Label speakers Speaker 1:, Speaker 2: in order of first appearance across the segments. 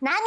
Speaker 1: 何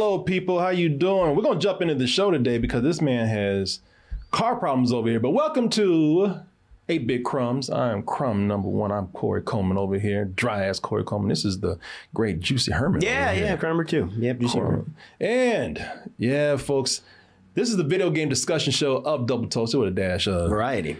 Speaker 2: Oh, people. How you doing? We're gonna jump into the show today because this man has car problems over here. But welcome to Eight Big Crumbs. I'm Crumb Number One. I'm Corey Coleman over here. Dry ass Corey Coleman. This is the great Juicy Herman.
Speaker 3: Yeah,
Speaker 2: over
Speaker 3: yeah,
Speaker 2: here.
Speaker 3: Crumb number two. Yep, Juicy Herman.
Speaker 2: And yeah, folks, this is the video game discussion show of Double Toasted with a dash of.
Speaker 3: Variety.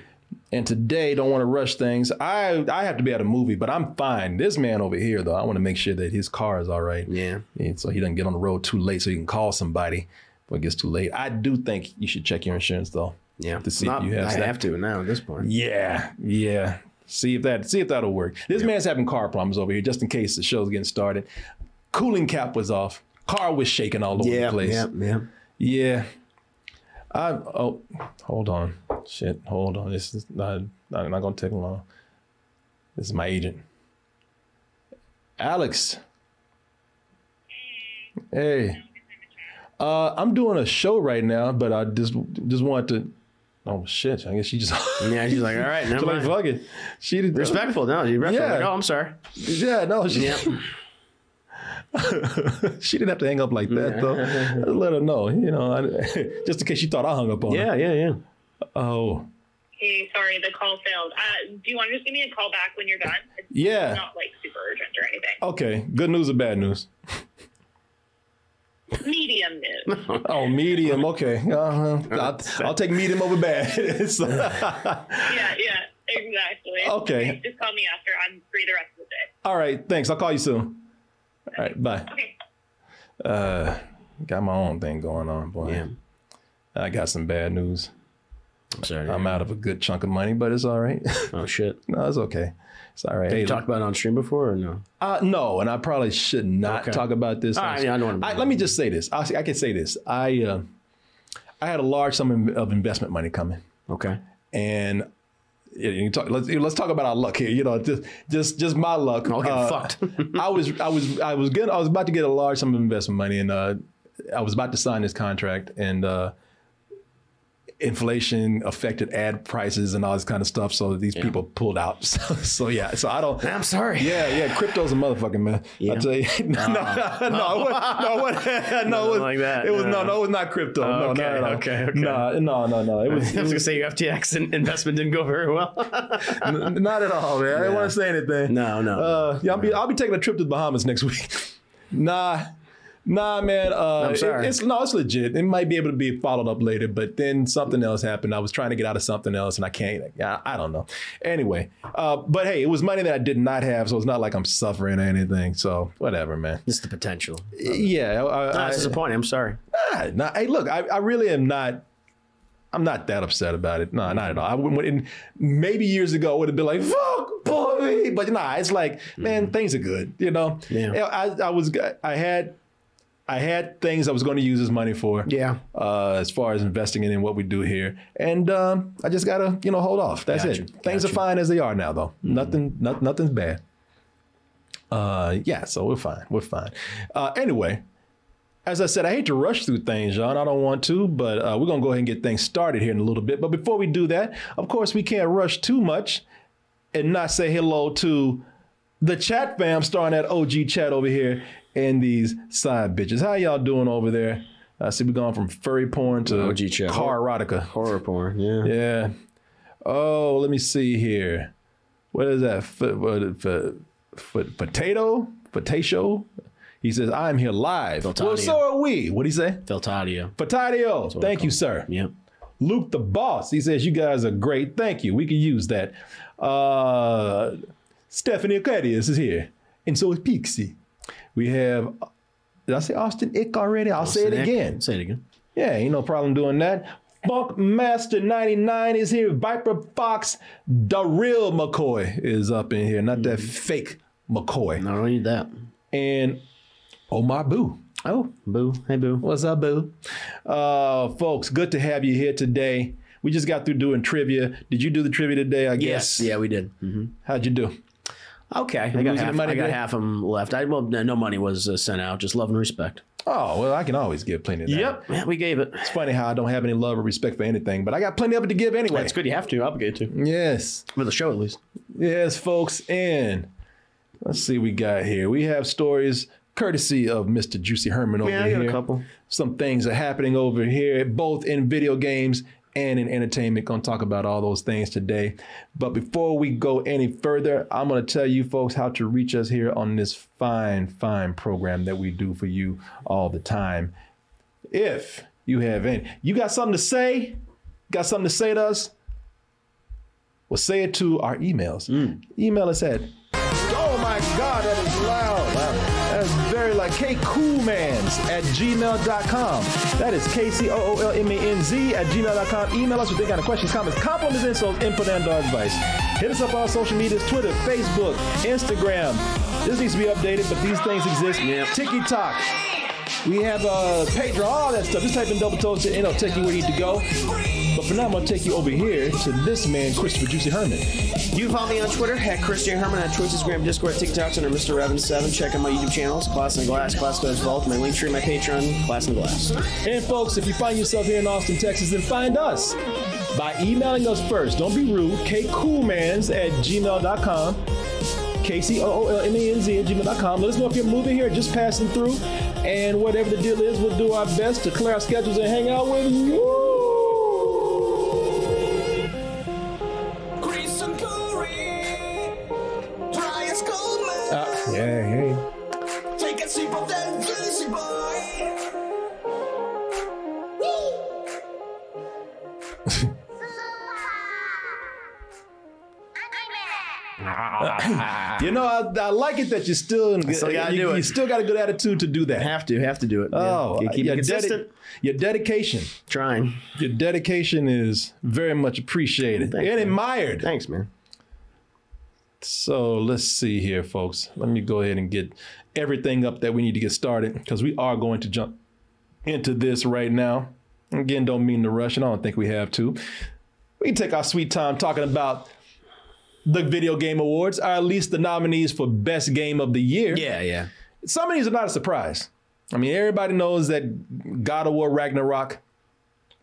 Speaker 2: And today, don't want to rush things. I I have to be at a movie, but I'm fine. This man over here, though, I want to make sure that his car is all right.
Speaker 3: Yeah.
Speaker 2: And so he doesn't get on the road too late, so he can call somebody before it gets too late. I do think you should check your insurance though.
Speaker 3: Yeah.
Speaker 2: To see
Speaker 3: Not-
Speaker 2: if you have.
Speaker 3: I
Speaker 2: that.
Speaker 3: have to now at this point.
Speaker 2: Yeah. Yeah. See if that. See if that'll work. This man's having car problems over here, just in case the show's getting started. Cooling cap was off. Car was shaking all over the
Speaker 3: Yeah,
Speaker 2: place.
Speaker 3: yeah, yeah.
Speaker 2: Yeah. I oh, hold on. Shit, hold on. This is not not, not gonna take long. This is my agent, Alex. Hey. Uh, I'm doing a show right now, but I just just wanted to. Oh shit! I guess she just.
Speaker 3: Yeah, she's like, all right, never
Speaker 2: She's like,
Speaker 3: mind.
Speaker 2: fuck it. She did
Speaker 3: Respectful, no, you're respectful.
Speaker 2: Yeah.
Speaker 3: Like, oh, I'm sorry.
Speaker 2: Yeah, no, she.
Speaker 3: Yeah.
Speaker 2: she didn't have to hang up like that though. I let her know, you know, I, just in case she thought I hung up on her.
Speaker 3: Yeah, yeah, yeah.
Speaker 2: Oh.
Speaker 4: Hey, sorry, the call failed. Uh, do you want to just give me a call back when you're done? It's
Speaker 2: Yeah. Oh.
Speaker 4: not like super urgent or anything.
Speaker 2: Okay, good news or bad news?
Speaker 4: Medium news.
Speaker 2: Oh, medium. Okay, uh-huh. I'll, I'll take medium over bad. It's-
Speaker 4: yeah, yeah, exactly.
Speaker 2: Okay.
Speaker 4: Just call me after. I'm free the rest of the day.
Speaker 2: all right, thanks. I'll call you soon. All right, bye.
Speaker 4: Okay.
Speaker 2: Uh, got my own thing going on, boy.
Speaker 3: Yeah.
Speaker 2: I got some bad news.
Speaker 3: I'm sorry.
Speaker 2: I'm out of a good chunk of money, but it's all right.
Speaker 3: Oh shit.
Speaker 2: no, it's okay. It's all right. Hey,
Speaker 3: You talked about it on stream before or no?
Speaker 2: Uh, no, and I probably should not
Speaker 3: Okay.
Speaker 2: talk about this.
Speaker 3: All right, yeah, I know what I'm doing.
Speaker 2: let me just say this. I, I can say this. I uh, I had a large sum of investment money coming.
Speaker 3: Okay.
Speaker 2: and yeah, you talk, let's let's talk about our luck here. You know, just just just my luck.
Speaker 3: I'll get
Speaker 2: Uh,
Speaker 3: fucked.
Speaker 2: I was I was I was getting I was about to get a large sum of investment money, and uh, I was about to sign this contract, and uh, inflation affected ad prices and all this kind of stuff. So these people pulled out. So, so yeah, so I don't.
Speaker 3: I'm sorry.
Speaker 2: Yeah, yeah, crypto's a motherfucking man.
Speaker 3: Yeah.
Speaker 2: I tell you, no, no, no, it wasn't- no, it wasn't- no, it was
Speaker 3: Nothing like that,
Speaker 2: It was
Speaker 3: no.
Speaker 2: no, no, it was not crypto. no,
Speaker 3: Okay,
Speaker 2: no, no, no.
Speaker 3: okay, okay.
Speaker 2: no, no, no, no. It
Speaker 3: I
Speaker 2: was,
Speaker 3: was
Speaker 2: it was
Speaker 3: gonna say your FTX in- investment didn't go very well.
Speaker 2: N- not at all, man. I didn't want to say anything.
Speaker 3: No, no.
Speaker 2: Uh, yeah, I'll be I'll be taking a trip to the Bahamas next week. nah, nah, man. Uh,
Speaker 3: I'm sorry.
Speaker 2: it- it's no, it's legit. It might be able to be followed up later, but then something else happened. I was trying to get out of something else, and I can't. I, I don't know. Anyway, uh, but hey, it was money that I did not have, so it's not like I'm suffering or anything. So whatever, man.
Speaker 3: It's the potential.
Speaker 2: Uh, Yeah, I,
Speaker 3: That's
Speaker 2: I,
Speaker 3: disappointing. I'm sorry.
Speaker 2: Nah, nah, hey, look, I, I really am not. I'm not that upset about it. No, not at all. I wouldn't. And maybe years ago, I would have been like, "Fuck, boy," but nah, it's like, man, things are good. You know,
Speaker 3: Mm-hmm. Yeah.
Speaker 2: I, I was, I had, I had things I was going to use this money for.
Speaker 3: Yeah.
Speaker 2: Uh, as far as investing in what we do here, and um, I just gotta, you know, hold off. That's
Speaker 3: Gotcha,
Speaker 2: it. Things are
Speaker 3: gotcha. Mm-hmm.
Speaker 2: fine as they are now, though. Nothing, not, nothing's bad. Uh, yeah, so we're fine. We're fine. Uh, anyway, as I said, I hate to rush through things, John. I don't want to, but uh, we're going to go ahead and get things started here in a little bit. But before we do that, of course, we can't rush too much and not say hello to the chat fam starting at OG chat over here and these side bitches. How y'all doing over there? I see we've gone from furry porn to
Speaker 3: OG chat.
Speaker 2: car erotica.
Speaker 3: Horror porn. Yeah.
Speaker 2: Yeah. Oh, let me see here. What is that? F- what, f- f- potato? Potato? He says, I'm here live. Well, so are we. What'd he say?
Speaker 3: Veltadio.
Speaker 2: Potato. Thank you, sir.
Speaker 3: Yep.
Speaker 2: Luke the boss. He says, You guys are great. Thank you. We can use that. Uh, Stephanie Acadius is here. And so is Pixie. We have, did I say Austin Ick already? I'll say it
Speaker 3: Nick,
Speaker 2: again.
Speaker 3: Say it again.
Speaker 2: Yeah, ain't no problem doing that. Bunkmaster 99 is here. Viper Fox, the real McCoy is up in here, not that fake McCoy.
Speaker 3: No, I don't need that.
Speaker 2: And Omar Boo.
Speaker 3: Oh, boo. Hey, boo.
Speaker 2: What's up, Boo? Uh, folks, good to have you here today. We just got through doing trivia. Did you do the trivia today? I guess.
Speaker 3: Yeah, we did. hmm
Speaker 2: How'd you do?
Speaker 3: Okay. I got,
Speaker 2: lose any
Speaker 3: half,
Speaker 2: money
Speaker 3: I got
Speaker 2: today?
Speaker 3: half of them left. I, well, no no money was uh, sent out. Just love and respect.
Speaker 2: Oh, well, I can always give plenty of that.
Speaker 3: Yeah, we gave it.
Speaker 2: It's funny how I don't have any love or respect for anything, but I got plenty of it to give anyway.
Speaker 3: That's good. You have to. Obligated to.
Speaker 2: Yes.
Speaker 3: For the show, at least.
Speaker 2: Yes, folks. And let's see what we got here. We have stories courtesy of Mr. Juicy Herman over here. Some things are happening over here, both in video games and in entertainment. Gonna talk about all those things today. But before we go any further, I'm gonna tell you folks how to reach us here on this fine, fine program that we do for you all the time. If you have any, you got something to say? Got something to say to us? Well, say it to our emails. Email us at Oh my God, that is loud. That's very like kcoolmans at gmail.com. That is K-C-O-O-L-M-A-N-Z at gmail.com. Email us with any kind of questions, comments, compliments, insults, input, and or advice. Hit us up on social medias, Twitter, Facebook, Instagram. This needs to be updated, but these things exist.
Speaker 3: Yeah.
Speaker 2: Tiki Talk. We have uh, Pedro, all that stuff. Just type in double toes and it'll take you where you need to go. But for now, I'm going to take you over here to this man, Christopher Juicy Herman.
Speaker 1: You can follow me on Twitter at Christian Herman on Twitch, Instagram, Discord, TikToks under Mr. Revan Seven. Check out my YouTube channels, Class and Glass, Class Goes Vault, my link tree, my Patreon, Class and Glass.
Speaker 2: And folks, if you find yourself here in Austin, Texas, then find us by emailing us first. Don't be rude. kcoolmans at gmail.com. K-C-O-O-L-M-A-N-Z at gmail.com. Let us know if you're moving here, just passing through. And whatever the deal is, we'll do our best to clear our schedules and hang out with you.
Speaker 5: Grease and glory, dry as cold man.
Speaker 3: Uh,
Speaker 2: Yeah, yeah.
Speaker 5: Take a sip of that juicy boy.
Speaker 2: You know, I, I like it that you're still in good,
Speaker 3: still gotta
Speaker 2: you,
Speaker 3: do it.
Speaker 2: you still got a good attitude to do that.
Speaker 3: Have to. Have to do it.
Speaker 2: Oh,
Speaker 3: yeah. keep
Speaker 2: your,
Speaker 3: it
Speaker 2: dedi-
Speaker 3: consistent.
Speaker 2: your dedication.
Speaker 3: Trying.
Speaker 2: Your dedication is very much appreciated
Speaker 3: Thank
Speaker 2: and
Speaker 3: you.
Speaker 2: admired.
Speaker 3: Thanks, man.
Speaker 2: So let's see here, folks. Let me go ahead and get everything up that we need to get started because we are going to jump into this right now. Again, don't mean to rush, and I don't think we have to. We can take our sweet time talking about the video game awards, or at least the nominees for best game of the year.
Speaker 3: Yeah, yeah.
Speaker 2: Some of these are not a surprise. I mean, everybody knows that God of War Ragnarok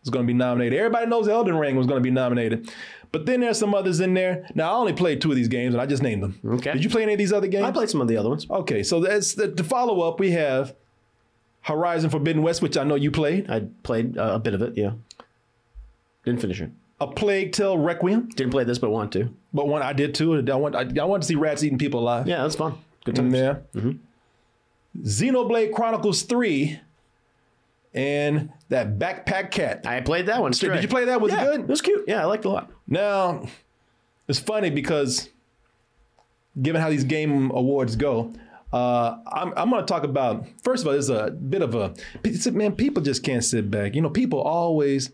Speaker 2: was going to be nominated. Everybody knows Elden Ring was going to be nominated. But then there's some others in there. Now, I only played two of these games and I just named them.
Speaker 3: Okay.
Speaker 2: Did you play any of these other games?
Speaker 3: I played some of the other ones.
Speaker 2: Okay, so that's the, the follow up. We have Horizon Forbidden West, which I know you played,
Speaker 3: I played uh, a bit of it. Yeah. Didn't finish it.
Speaker 2: A Plague Tale Requiem,
Speaker 3: Didn't play this, but want to.
Speaker 2: but one I did too. and I want I, I want to see rats eating people alive.
Speaker 3: Yeah, Mm-hmm. that's fun. Good times.
Speaker 2: Yeah. Xenoblade Chronicles 3 and that backpack cat.
Speaker 3: I played that one. Stray.
Speaker 2: Did you play that? Was it
Speaker 3: yeah,
Speaker 2: good?
Speaker 3: It was cute. Yeah, I liked it a lot.
Speaker 2: Now, it's funny because given how these game awards go, uh, I'm, I'm going to talk about, first of all, there's a bit of a, it's- man, people just can't sit back. You know, people always,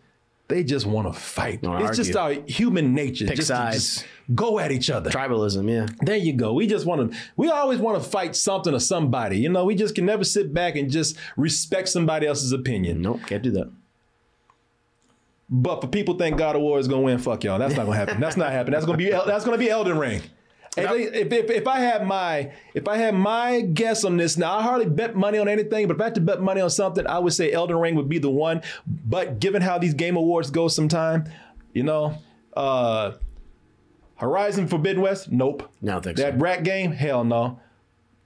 Speaker 2: they just want to fight.
Speaker 3: Wanna
Speaker 2: it's just our
Speaker 3: argue.
Speaker 2: human nature. just to
Speaker 3: sides.
Speaker 2: just go at each other.
Speaker 3: Tribalism. Yeah.
Speaker 2: There you go. We just want to, we always want to fight something or somebody. You know, we just can never sit back and just respect somebody else's opinion.
Speaker 3: Nope. Can't do that.
Speaker 2: But for people think God of War is gonna win, fuck y'all. That's not gonna happen. That's not happening. That's gonna be that's gonna be Elden Ring. If, if, if, if I had my if I had my guess on this, now I hardly bet money on anything, but if I had to bet money on something, I would say Elden Ring would be the one. But given how these game awards go sometime, you know, uh Horizon Forbidden West, nope.
Speaker 3: No, I don't think so.
Speaker 2: That rat game, hell no.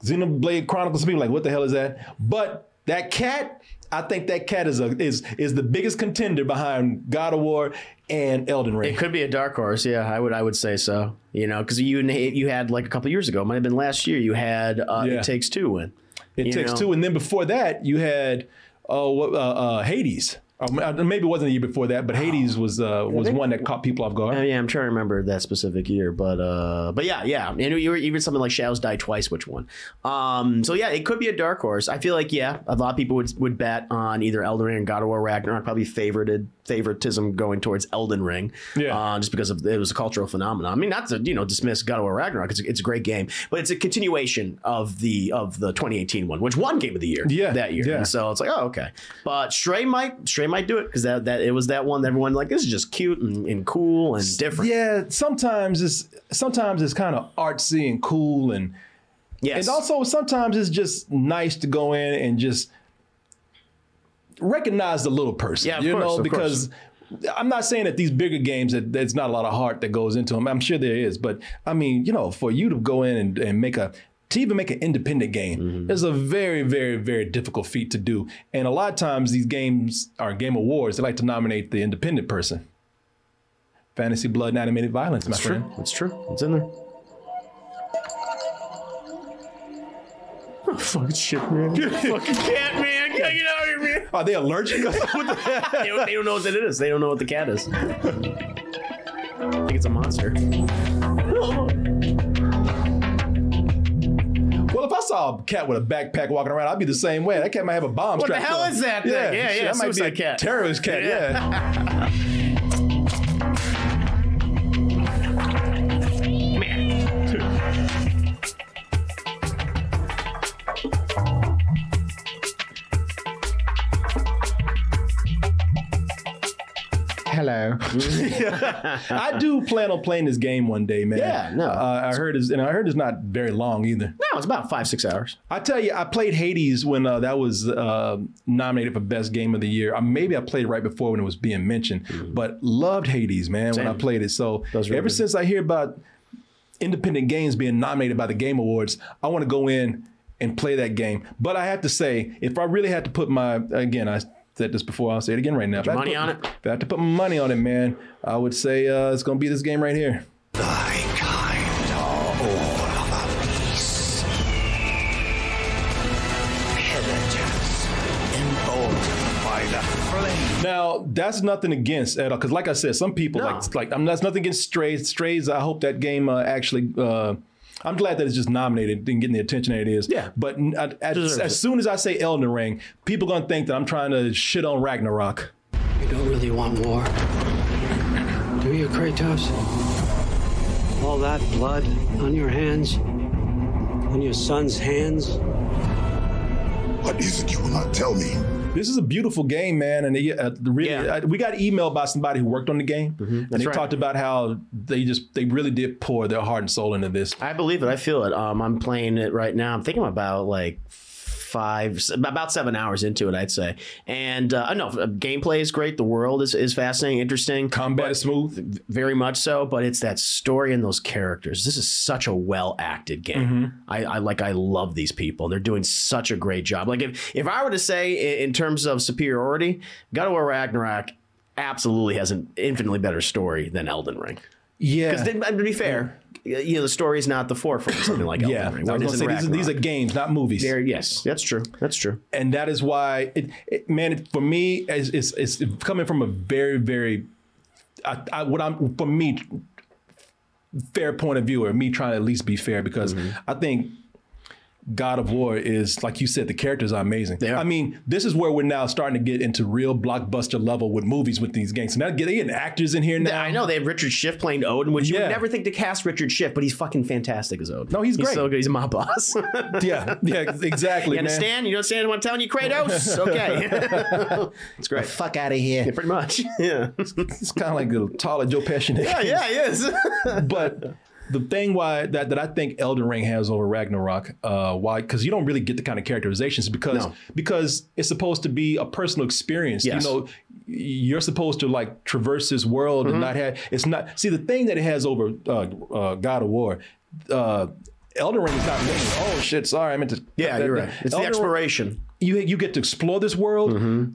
Speaker 2: Xenoblade Chronicles, people like, what the hell is that? But that cat, I think that cat is a is is the biggest contender behind God of War and Elden Ring.
Speaker 3: It could be a dark horse. Yeah, I would. I would say so. You know, because you you had like a couple years ago. It might have been last year. You had uh,
Speaker 2: Yeah.
Speaker 3: it takes two win.
Speaker 2: It
Speaker 3: you
Speaker 2: takes
Speaker 3: know.
Speaker 2: two, and then before that, you had oh, what, uh, uh, Hades. Or ma- uh, maybe it wasn't the year before that, but Hades was uh, was one that caught people off guard.
Speaker 3: Uh, yeah, I'm trying to remember that specific year, but uh, but yeah, yeah, and you were even something like Shadows Die Twice, which one? Um, so yeah, it could be a dark horse. I feel like yeah, a lot of people would would bet on either Elden Ring and God of War Ragnarok. Probably favorited favoritism going towards Elden Ring,
Speaker 2: Yeah.
Speaker 3: uh, just because of it was a cultural phenomenon. I mean, not to you know dismiss God of War Ragnarok, it's, it's a great game, but it's a continuation of the of the 2018 one, which won Game of the Year
Speaker 2: Yeah,
Speaker 3: that year.
Speaker 2: yeah.
Speaker 3: And so it's like, oh, okay. But Stray might Stray might do it because that that it was that one that everyone like this is just cute and, and cool and different.
Speaker 2: Yeah, sometimes it's sometimes it's kind of artsy and cool, and
Speaker 3: Yes.
Speaker 2: and also sometimes it's just nice to go in and just recognize the little person.
Speaker 3: Yeah, of
Speaker 2: you
Speaker 3: course,
Speaker 2: know
Speaker 3: of
Speaker 2: because. I'm not saying that these bigger games that there's not a lot of heart that goes into them. I'm sure there is, but I mean, you know, for you to go in and, and make a to even make an independent
Speaker 3: Mm-hmm.
Speaker 2: game is a very, very, very difficult feat to do. And a lot of times these games are game awards. They like to nominate the independent person. Fantasy Blood and Animated Violence, my
Speaker 3: it's
Speaker 2: friend.
Speaker 3: true. It's true. It's in there. Oh, fucking shit, man. fucking cat, man. Get it out of here, man.
Speaker 2: Are they allergic? What the-
Speaker 3: They don't, they don't know what that is. They don't know what the cat is. I think it's a monster.
Speaker 2: well, if I saw a cat with a backpack walking around, I'd be the same way. That cat might have a bomb.
Speaker 3: What the
Speaker 2: strapped
Speaker 3: hell
Speaker 2: to him.
Speaker 3: is that thing? Yeah, yeah,
Speaker 2: That might be a
Speaker 3: suicide cat.
Speaker 2: terrorist cat.
Speaker 3: Yeah.
Speaker 2: yeah.
Speaker 6: Hello.
Speaker 2: I do plan on playing this game one day, man.
Speaker 3: Yeah, no.
Speaker 2: Uh, I heard it's and I heard it's not very long either.
Speaker 3: No, it's about five, six hours.
Speaker 2: I tell you, I played Hades when uh, that was uh, nominated for best game of the year. Uh, maybe I played it right before when it was being mentioned, but loved Hades, man, when I played it. So
Speaker 3: Mm-hmm. was really
Speaker 2: ever
Speaker 3: good.
Speaker 2: since I hear about independent games being nominated by the Game Awards, I want to go in and play that game. But I have to say, if I really had to put my again, I said this before, I'll say it again right now. If I had to
Speaker 3: money
Speaker 2: put-
Speaker 3: on it?
Speaker 2: If I had to put my money on it, man, I would say uh, it's going to be this game right here.
Speaker 5: Thy kind are all of a piece. Pillagers, emboldened by the flame.
Speaker 2: Now that's nothing against at all, because like I said, some people like like I'm that's nothing against strays. Strays, I hope that game uh, actually. Uh, I'm glad that it's just nominated and getting the attention that it is.
Speaker 3: Yeah.
Speaker 2: But n- at- at- as,
Speaker 3: Deserves it.
Speaker 2: soon as I say Elden Ring, people gonna think that I'm trying to shit on Ragnarok.
Speaker 7: You don't really want war. Do you, Kratos? All that blood on your hands? On your son's hands?
Speaker 8: What is it you will not tell me?
Speaker 2: This is a beautiful game, man, and they, uh, really,
Speaker 3: Yeah. Mm-hmm.
Speaker 2: uh, we got emailed by somebody who worked on the game, and they
Speaker 3: right.
Speaker 2: talked about how they just they really did pour their heart and soul into this.
Speaker 3: I believe it. I feel it. Um, I'm playing it right now. I'm thinking about like five, about seven hours into it, I'd say. And uh, I know gameplay is great. The world is, is fascinating, interesting.
Speaker 2: Combat is smooth.
Speaker 3: very much so but it's that story and those characters this is such a well acted game I, I like i love these people they're doing such a great job like if, if i were to say i- in terms of superiority god of war ragnarok absolutely has an infinitely better story than elden ring
Speaker 2: Yeah.
Speaker 3: because to be fair you know the story is not the forefront of something like
Speaker 2: yeah, I was
Speaker 3: elden ring Or it
Speaker 2: gonna
Speaker 3: isn't
Speaker 2: say these are, these are
Speaker 3: Ragnarok.
Speaker 2: games, not movies.
Speaker 3: They're- yes that's true that's true
Speaker 2: and that is why it, it man it, for me it's, it's, it's coming from a very very I, I, what i'm for me fair point of view or me trying to at least be fair because
Speaker 3: Mm-hmm.
Speaker 2: i think God of War is like you said, the characters are amazing.
Speaker 3: are.
Speaker 2: I mean, this is where we're now starting to get into real blockbuster level with movies with these gangs. And now they're getting actors in here now.
Speaker 3: I know they have Richard Schiff playing Odin, which you
Speaker 2: Yeah.
Speaker 3: would never think to cast Richard Schiff, but he's fucking fantastic as Odin.
Speaker 2: No, he's great.
Speaker 3: so good. He's my boss.
Speaker 2: Yeah, yeah, exactly.
Speaker 3: You
Speaker 2: man.
Speaker 3: understand? You understand what I'm telling you, Kratos? Okay. it's great.
Speaker 6: Fuck out of here.
Speaker 3: Pretty much. Yeah.
Speaker 2: It's kind of like the taller Joe Pesci.
Speaker 3: Yeah, yeah, it is.
Speaker 2: but the thing why that that I think Elden Ring has over Ragnarok, uh, why? Because you don't really get the kind of characterizations because
Speaker 3: No.
Speaker 2: because it's supposed to be a personal experience.
Speaker 3: Yes.
Speaker 2: You know, you're supposed to like traverse this world
Speaker 3: Mm-hmm.
Speaker 2: and not have it's not. See, the thing that it has over uh, uh, God of War. Uh, Elden Ring is not linear. Oh shit! Sorry, I meant to.
Speaker 3: yeah, you're right. It's the
Speaker 2: Elden Ring-
Speaker 3: exploration. Mm-hmm.
Speaker 2: You you get to explore this world.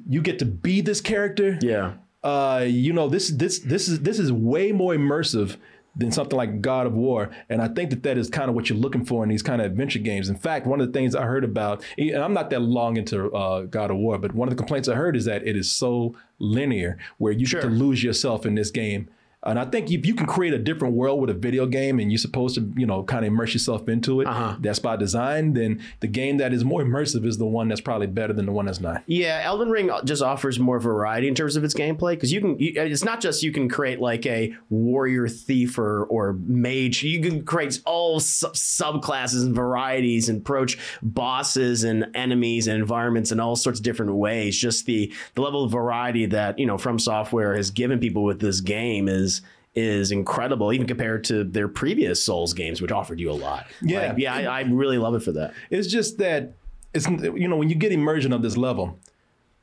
Speaker 2: You get to be this character
Speaker 3: Yeah.
Speaker 2: uh, you know this this this is this is way more immersive than something like God of War. And I think that that is kind of what you're looking for in these kind of adventure games. In fact, one of the things I heard about, and I'm not that long into uh, God of War, but one of the complaints I heard is that it is so linear where you get to lose yourself in this game. And I think if you can create a different world with a video game and you're supposed to, you know, kind of immerse yourself into it, that's by design, then the game that is more immersive is the one that's probably better than the one that's not.
Speaker 3: Yeah, Elden Ring just offers more variety in terms of its gameplay because you can. You, it's not just you can create like a warrior, thief, or or mage. You can create all sub- subclasses and varieties and approach bosses and enemies and environments in all sorts of different ways. Just the the level of variety that you know From Software has given people with this game is is incredible, even compared to their previous Souls games, which offered you a lot.
Speaker 2: Yeah.
Speaker 3: Like, yeah, I, I really love it for that.
Speaker 2: It's just that it's you know when you get immersion of this level,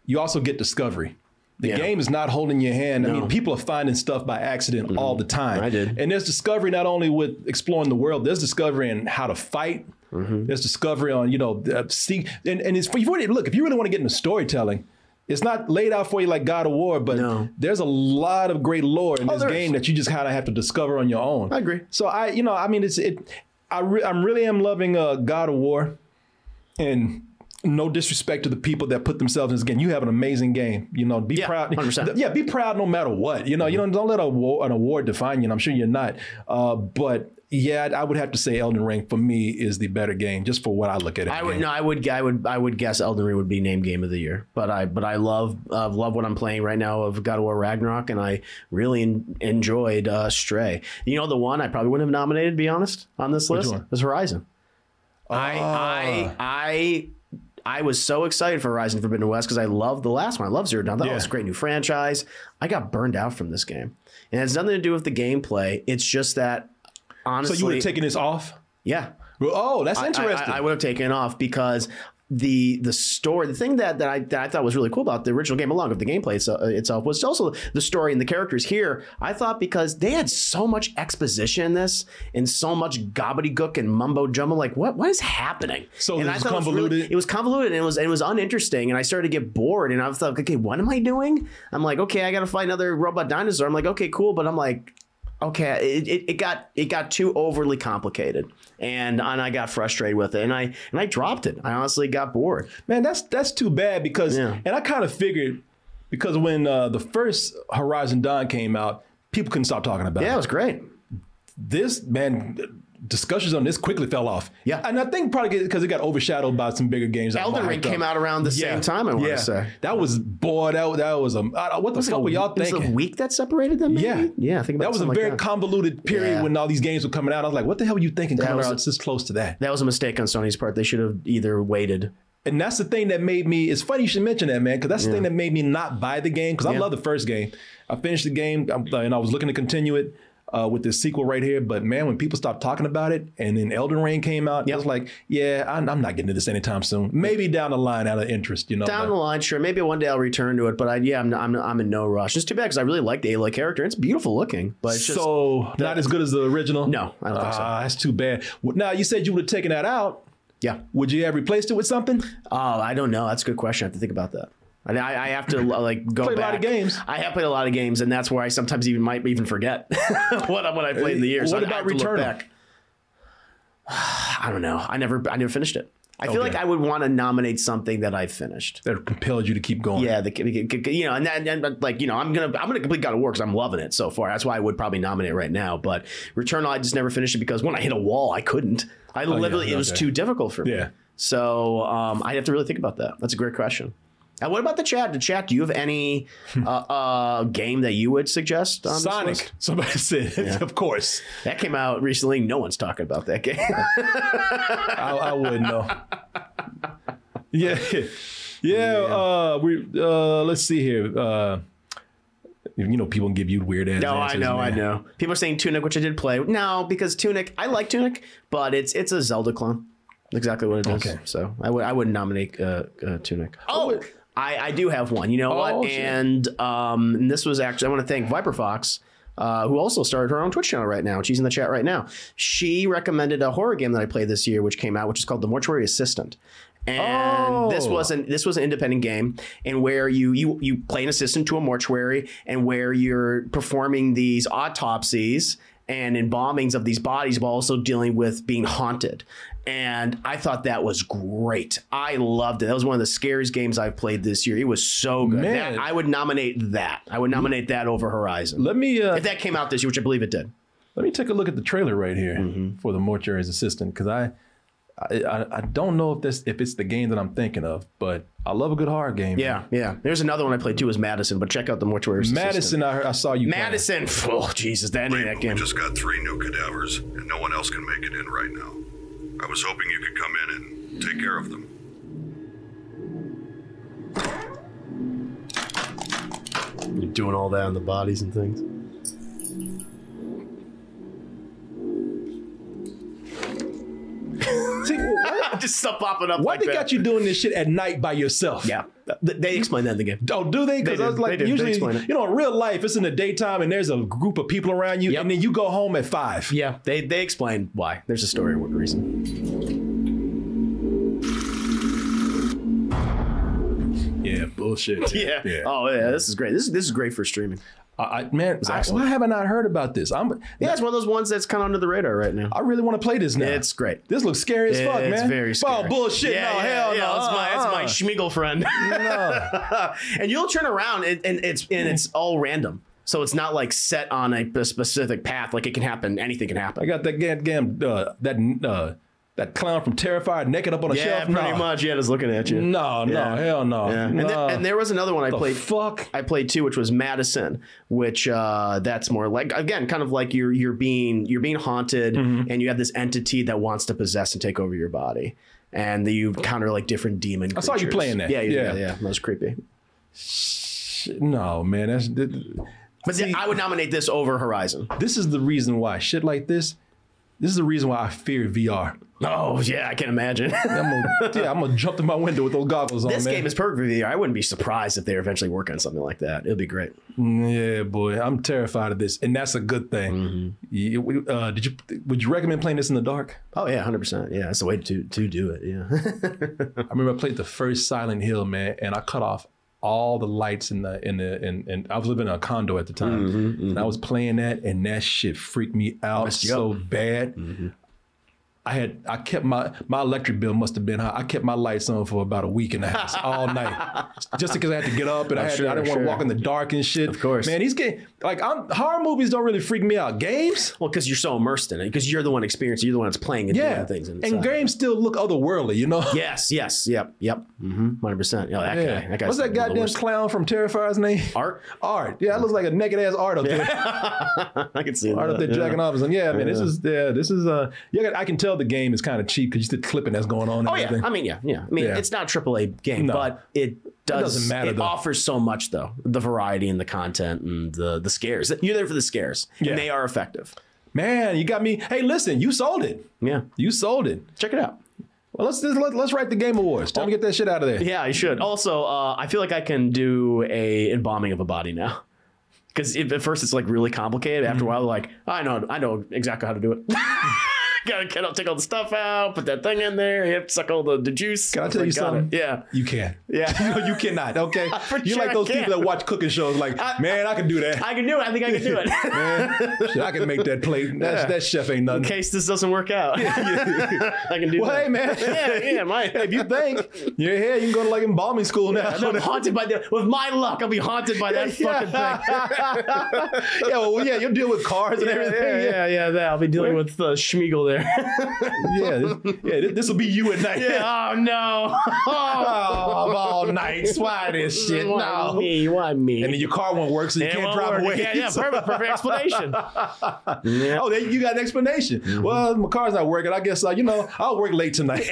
Speaker 2: you also get discovery. The
Speaker 3: Yeah.
Speaker 2: game is not holding your hand. I mean, people are finding stuff by accident all the time.
Speaker 3: Mm-hmm. I did.
Speaker 2: And there's discovery not only with exploring the world. There's discovery in how to fight.
Speaker 3: Mm-hmm.
Speaker 2: There's discovery on you know uh, see and and it's if you really, look if you really want to get into storytelling. It's not laid out for you like God of War, but
Speaker 3: No. Oh,
Speaker 2: there's a lot of great lore in this
Speaker 3: there is.
Speaker 2: game that you just kind of have to discover on your own.
Speaker 3: I agree.
Speaker 2: So I, you know, I mean, it's it. I re- I'm really am loving uh, God of War, and no disrespect to the people that put themselves in this game. You have an amazing game. You know, be
Speaker 3: Yeah,
Speaker 2: proud.
Speaker 3: 100%.
Speaker 2: Yeah, be proud no matter what. You know, you
Speaker 3: Mm-hmm.
Speaker 2: don't don't let a war, an award define you. And I'm sure you're not. Uh, but yeah, I would have to say Elden Ring for me is the better game, just for what I look at it.
Speaker 3: I would no, I would, I would, I would guess Elden Ring would be named game of the year. But I, but I love, uh, love what I'm playing right now of God of War Ragnarok, and I really en- enjoyed uh, Stray. You know, the one I probably wouldn't have nominated, to be honest, on this list
Speaker 2: one? Ah.
Speaker 3: was Horizon. I, I, I, I was so excited for Horizon Forbidden West because I loved the last one. I loved Zero Dawn. I thought it
Speaker 2: Yeah.
Speaker 3: was a great new franchise. I got burned out from this game, and it has nothing to do with the gameplay. It's just that.
Speaker 2: So
Speaker 3: Honestly,
Speaker 2: you would have taken this off?
Speaker 3: yeah.
Speaker 2: Well, Oh, that's
Speaker 3: I-
Speaker 2: interesting.
Speaker 3: I, I would have taken it off because the the story, the thing that that I, that I thought was really cool about the original game, along with the gameplay it's- uh, itself, was also the story and the characters. Here, I thought because they had so much exposition in this and so much gobbledygook and mumbo jumbo, like what what is happening?
Speaker 2: So
Speaker 3: and
Speaker 2: it was
Speaker 3: thought really-
Speaker 2: convoluted?
Speaker 3: it was convoluted and it was and it was uninteresting. And I started to get bored. And I thought, okay, what am I doing? I'm like, okay, I got to fight another robot dinosaur. I'm like, okay, cool, but I'm like, okay, it, it, it got it got too overly complicated, and and I got frustrated with it, and I and I dropped it. I honestly got bored.
Speaker 2: Man, that's that's too bad because
Speaker 3: Yeah.
Speaker 2: and I kind of figured because when uh, the first Horizon Dawn came out, people couldn't stop talking about
Speaker 3: Yeah, it
Speaker 2: it.
Speaker 3: was great.
Speaker 2: This man discussions on this quickly fell off.
Speaker 3: Yeah.
Speaker 2: And I think probably because it got overshadowed by some bigger games. that
Speaker 3: Elden
Speaker 2: were
Speaker 3: Ring
Speaker 2: hyped up.
Speaker 3: came out around the
Speaker 2: Oh Yeah.
Speaker 3: same time. I want
Speaker 2: Yeah.
Speaker 3: to say.
Speaker 2: That was boy, that, that was a I- what the fuck were y'all
Speaker 3: It was a
Speaker 2: thinking?
Speaker 3: week that separated them. Maybe?
Speaker 2: Yeah.
Speaker 3: yeah. I think about
Speaker 2: That was a
Speaker 3: something like
Speaker 2: very
Speaker 3: that.
Speaker 2: convoluted period
Speaker 3: Yeah.
Speaker 2: when all these games were coming out. I was like, what the hell were you thinking coming
Speaker 3: was a-
Speaker 2: out this close to that?
Speaker 3: that was a mistake on Sony's part. They should have either waited.
Speaker 2: And that's the thing that made me. It's funny you should mention that, man, because that's the thing that made me not buy the game. Because I
Speaker 3: Yeah.
Speaker 2: love the first game. I finished the game, um, and I was looking to continue it uh, with this sequel right here. But man, when people stopped talking about it, and then Elden Ring came out, I was like, yeah, I'm, I'm not getting to this anytime soon. Maybe down the line, out of interest, you know.
Speaker 3: Down
Speaker 2: but-
Speaker 3: the line, sure. Maybe one day I'll return to it, but I, yeah, I'm, I'm, I'm in no rush. It's too bad because I really like the Aloy character. It's beautiful looking, but it's just
Speaker 2: so not as good as the original.
Speaker 3: No, I don't think so.
Speaker 2: Ah, That's too bad. Well, Now you said you would have taken that out.
Speaker 3: yeah.
Speaker 2: Would you have replaced it with something?
Speaker 3: Oh, I don't know. That's a good question. I have to think about that. I, I I have to like go
Speaker 2: Played a lot of
Speaker 3: back.
Speaker 2: games.
Speaker 3: I have played a lot of games, and that's where I sometimes even might even forget what I- what I played in the year. so
Speaker 2: What
Speaker 3: I- I
Speaker 2: about
Speaker 3: have to look
Speaker 2: Returnal?
Speaker 3: back. I don't know. I never I never finished it. I feel
Speaker 2: Okay.
Speaker 3: like I would want to nominate something that I finished.
Speaker 2: That compelled you to keep going.
Speaker 3: Yeah, the you know, and, that- and, and like you know, I'm gonna I'm gonna complete God of War because I'm loving it so far. That's why I would probably nominate it right now. But Returnal, I just never finished it because when I hit a wall, I couldn't. I literally it was
Speaker 2: Oh, okay.
Speaker 3: too difficult for me.
Speaker 2: Yeah.
Speaker 3: So um, I have to really think about that. That's a great question. And what about the chat? The chat? Do you have any uh, uh, game that you would suggest? On this
Speaker 2: Sonic.
Speaker 3: list?
Speaker 2: Somebody said, of course.
Speaker 3: that came out recently. No one's talking about that game.
Speaker 2: I, I wouldn't know. Yeah, yeah. Uh, we uh, let's see here. Uh, you know, people give you weird ass.
Speaker 3: no, I
Speaker 2: answers,
Speaker 3: know, I
Speaker 2: man.
Speaker 3: know. People are saying Tunic, which I did play. No, because Tunic, I like Tunic, but it's it's a Zelda clone. Exactly what it is.
Speaker 2: Okay.
Speaker 3: So I would I would nominate uh, uh, Tunic. Oh, I, I do have one. You know what?
Speaker 2: shit.
Speaker 3: And um, and this was actually I want to thank Viper Fox. Uh, who also started her own Twitch channel right now? and She's in the chat right now. She recommended a horror game that I played this year, which came out, which is called The Mortuary Assistant. And this
Speaker 2: Oh.
Speaker 3: was an this was an independent game and where you you you play an assistant to a mortuary and where you're performing these autopsies and embalmings of these bodies while also dealing with being haunted. And I thought that was great. I loved it. That was one of the scariest games I've played this year. It was so good.
Speaker 2: Man.
Speaker 3: That- I would nominate that. I would nominate that over Horizon.
Speaker 2: Let me uh,
Speaker 3: if that came out this year, which I believe it did.
Speaker 2: let me take a look at the trailer right here
Speaker 3: Mm-hmm.
Speaker 2: for the mortuary's assistant because I, I I- I don't know if this if it's the game that I'm thinking of, but I love a good horror game.
Speaker 3: Yeah, yeah. There's another one I played too was Madison, but check out the mortuary. Assistant.
Speaker 2: Madison, I, heard, I saw you. playing.
Speaker 3: Madison. Oh Jesus, that ending of that
Speaker 6: We
Speaker 3: game.
Speaker 6: just got three new cadavers, and no one else can make it in right now. I was hoping you could come in and take care of them.
Speaker 3: You're doing all that on the bodies and things.
Speaker 2: See, why,
Speaker 3: just stuff popping up.
Speaker 2: why
Speaker 3: like
Speaker 2: they
Speaker 3: that.
Speaker 2: got you doing this shit at night by yourself?
Speaker 3: Yeah, Th- they explain that in the game.
Speaker 2: Oh, do they? Because
Speaker 3: They
Speaker 2: I was
Speaker 3: do. They
Speaker 2: like,
Speaker 3: do. They
Speaker 2: usually,
Speaker 3: explain it.
Speaker 2: you know, in real life, it's in the daytime and there's a group of people around you,
Speaker 3: Yep.
Speaker 2: and then you go home at five.
Speaker 3: Yeah, they they explain why. There's a story
Speaker 2: Mm.
Speaker 3: or reason.
Speaker 2: Yeah, bullshit.
Speaker 3: Yeah. Oh yeah, this is great. This is this is great for streaming.
Speaker 2: I, I, man, I, why have I not heard about this? I'm.
Speaker 3: Yeah, it's one of those ones that's kind of under the radar right now.
Speaker 2: I really want to play this now.
Speaker 3: It's great.
Speaker 2: This looks scary as fuck, man.
Speaker 3: it's very scary.
Speaker 2: Oh, bullshit.
Speaker 3: Yeah,
Speaker 2: no,
Speaker 3: yeah,
Speaker 2: hell
Speaker 3: yeah,
Speaker 2: no. Uh-uh.
Speaker 3: It's my, it's my Schmiegel friend. and you'll turn around and, and it's and it's all random. So it's not like set on a, p- specific path. Like it can happen. Anything can
Speaker 2: I
Speaker 3: happen.
Speaker 2: got that goddamn uh, that uh, that clown from Terrified naked up on a
Speaker 3: Yeah,
Speaker 2: shelf.
Speaker 3: pretty
Speaker 2: no.
Speaker 3: much. Yeah, just looking at you.
Speaker 2: No, no,
Speaker 3: Yeah.
Speaker 2: hell no.
Speaker 3: Yeah.
Speaker 2: no.
Speaker 3: And, then, and there was another one I
Speaker 2: the
Speaker 3: played.
Speaker 2: fuck.
Speaker 3: I played too, which was Madison, which uh, that's more like again, kind of like you're you're being you're being haunted,
Speaker 2: Mm-hmm.
Speaker 3: and you have this entity that wants to possess and take over your body, and then you encounter like different demon.
Speaker 2: I saw you
Speaker 3: creatures.
Speaker 2: playing that.
Speaker 3: Yeah, you-
Speaker 2: Yeah.
Speaker 3: yeah, yeah, That was creepy.
Speaker 2: No, man. That's
Speaker 3: But th- I would nominate this over Horizon.
Speaker 2: this is the reason why shit like this. This is the reason why I fear VR.
Speaker 3: Oh yeah, I can imagine.
Speaker 2: I'm gonna, yeah, I'm gonna jump to my window with those goggles on.
Speaker 3: this
Speaker 2: Oh, man.
Speaker 3: game is perfect for VR. I wouldn't be surprised if they eventually work on something like that. It'd be great.
Speaker 2: Yeah, boy, I'm terrified of this, and that's a good thing.
Speaker 3: Mm-hmm.
Speaker 2: You- uh, did you? Would you recommend playing this in the dark?
Speaker 3: Oh yeah, hundred percent. Yeah, that's the way to to do it. Yeah.
Speaker 2: I remember I played the first Silent Hill, man, and I cut off all the lights in the in the in, and I was living in a condo at the time,
Speaker 3: Mm-hmm,
Speaker 2: and I was playing that, and that shit freaked me out
Speaker 3: you Mm-hmm.
Speaker 2: so bad. I had I kept my my electric bill must have been high. I kept my lights on for about a week and a half all night, just because I had to get up and I, had,
Speaker 3: Oh, sure,
Speaker 2: I didn't
Speaker 3: I'm
Speaker 2: want to
Speaker 3: sure.
Speaker 2: walk in the dark and shit. Of
Speaker 3: course.
Speaker 2: man, these games like I'm, horror movies don't really freak me out. Games,
Speaker 3: well, because you're so immersed in it, because you're the one experiencing, you're the one that's playing and
Speaker 2: yeah,
Speaker 3: doing things.
Speaker 2: and
Speaker 3: it's, uh,
Speaker 2: games still look otherworldly, you know.
Speaker 3: Yes, yes, yep, yep, mm-hmm, 100%. Yeah, that guy, that guy's
Speaker 2: What's that
Speaker 3: the
Speaker 2: goddamn
Speaker 3: worst.
Speaker 2: clown from Terrifier's name?
Speaker 3: Art?
Speaker 2: Art. Yeah, that looks like a naked ass art up there.
Speaker 3: I can see
Speaker 2: Art
Speaker 3: that.
Speaker 2: up there
Speaker 3: yeah.
Speaker 2: jacking off. And yeah, man, this is yeah, this is uh yeah, I can tell the game is kind of cheap because you see the clipping that's going on and
Speaker 3: Oh yeah,
Speaker 2: everything.
Speaker 3: I mean yeah, yeah. I mean
Speaker 2: Yeah.
Speaker 3: it's not a AAA game,
Speaker 2: No.
Speaker 3: but it does.
Speaker 2: doesn't matter,
Speaker 3: It
Speaker 2: though.
Speaker 3: offers so much though, the variety and the content and the the scares. You're there for the scares,
Speaker 2: Yeah.
Speaker 3: and they are effective.
Speaker 2: Man, you got me. Hey, listen, you sold it.
Speaker 3: Yeah,
Speaker 2: You sold it.
Speaker 3: check it out.
Speaker 2: Well, let's just, let, let's write the game awards. Time to get that shit out of there.
Speaker 3: Yeah, you should. Also, uh, I feel like I can do a embalming of a body now. Because at first it's like really complicated. After a while, like I know, I know exactly how to do it. Gotta get up, take all the stuff out, put that thing in there. You have to suck all the, the juice.
Speaker 2: Can I tell you
Speaker 3: Got it.
Speaker 2: something?
Speaker 3: Yeah,
Speaker 2: You can.
Speaker 3: yeah.
Speaker 2: you cannot, okay?
Speaker 3: For
Speaker 2: You're
Speaker 3: sure
Speaker 2: like those
Speaker 3: I can.
Speaker 2: people that watch cooking shows, like, man, I can do that.
Speaker 3: I can do it. I think I can do it.
Speaker 2: Shit, I can make that plate. That's, That chef ain't nothing.
Speaker 3: In case this doesn't work out, I can do.
Speaker 2: Well,
Speaker 3: that.
Speaker 2: hey, man.
Speaker 3: Yeah, yeah, my.
Speaker 2: If you think you're here, you can go to like embalming school now.
Speaker 3: I'm haunted by that. With my luck, I'll be haunted by that fucking thing.
Speaker 2: yeah, well, yeah, you'll deal with cars and everything.
Speaker 3: Yeah, yeah, yeah. That I'll be dealing with uh, Schmiegel there.
Speaker 2: yeah, this, yeah. This, will be you at night.
Speaker 3: Yeah, oh no. Oh,
Speaker 2: Oh, of all nights, why this shit?
Speaker 3: why
Speaker 2: No.
Speaker 3: me? Why me?
Speaker 2: And then your car won't work, so you
Speaker 3: It
Speaker 2: can't
Speaker 3: won't
Speaker 2: drive
Speaker 3: work.
Speaker 2: away.
Speaker 3: Yeah, yeah, perfect, perfect explanation.
Speaker 2: Oh, there, you got an explanation.
Speaker 3: Mm-hmm.
Speaker 2: Well, my car's not working. I guess, uh, you know, I'll work late tonight.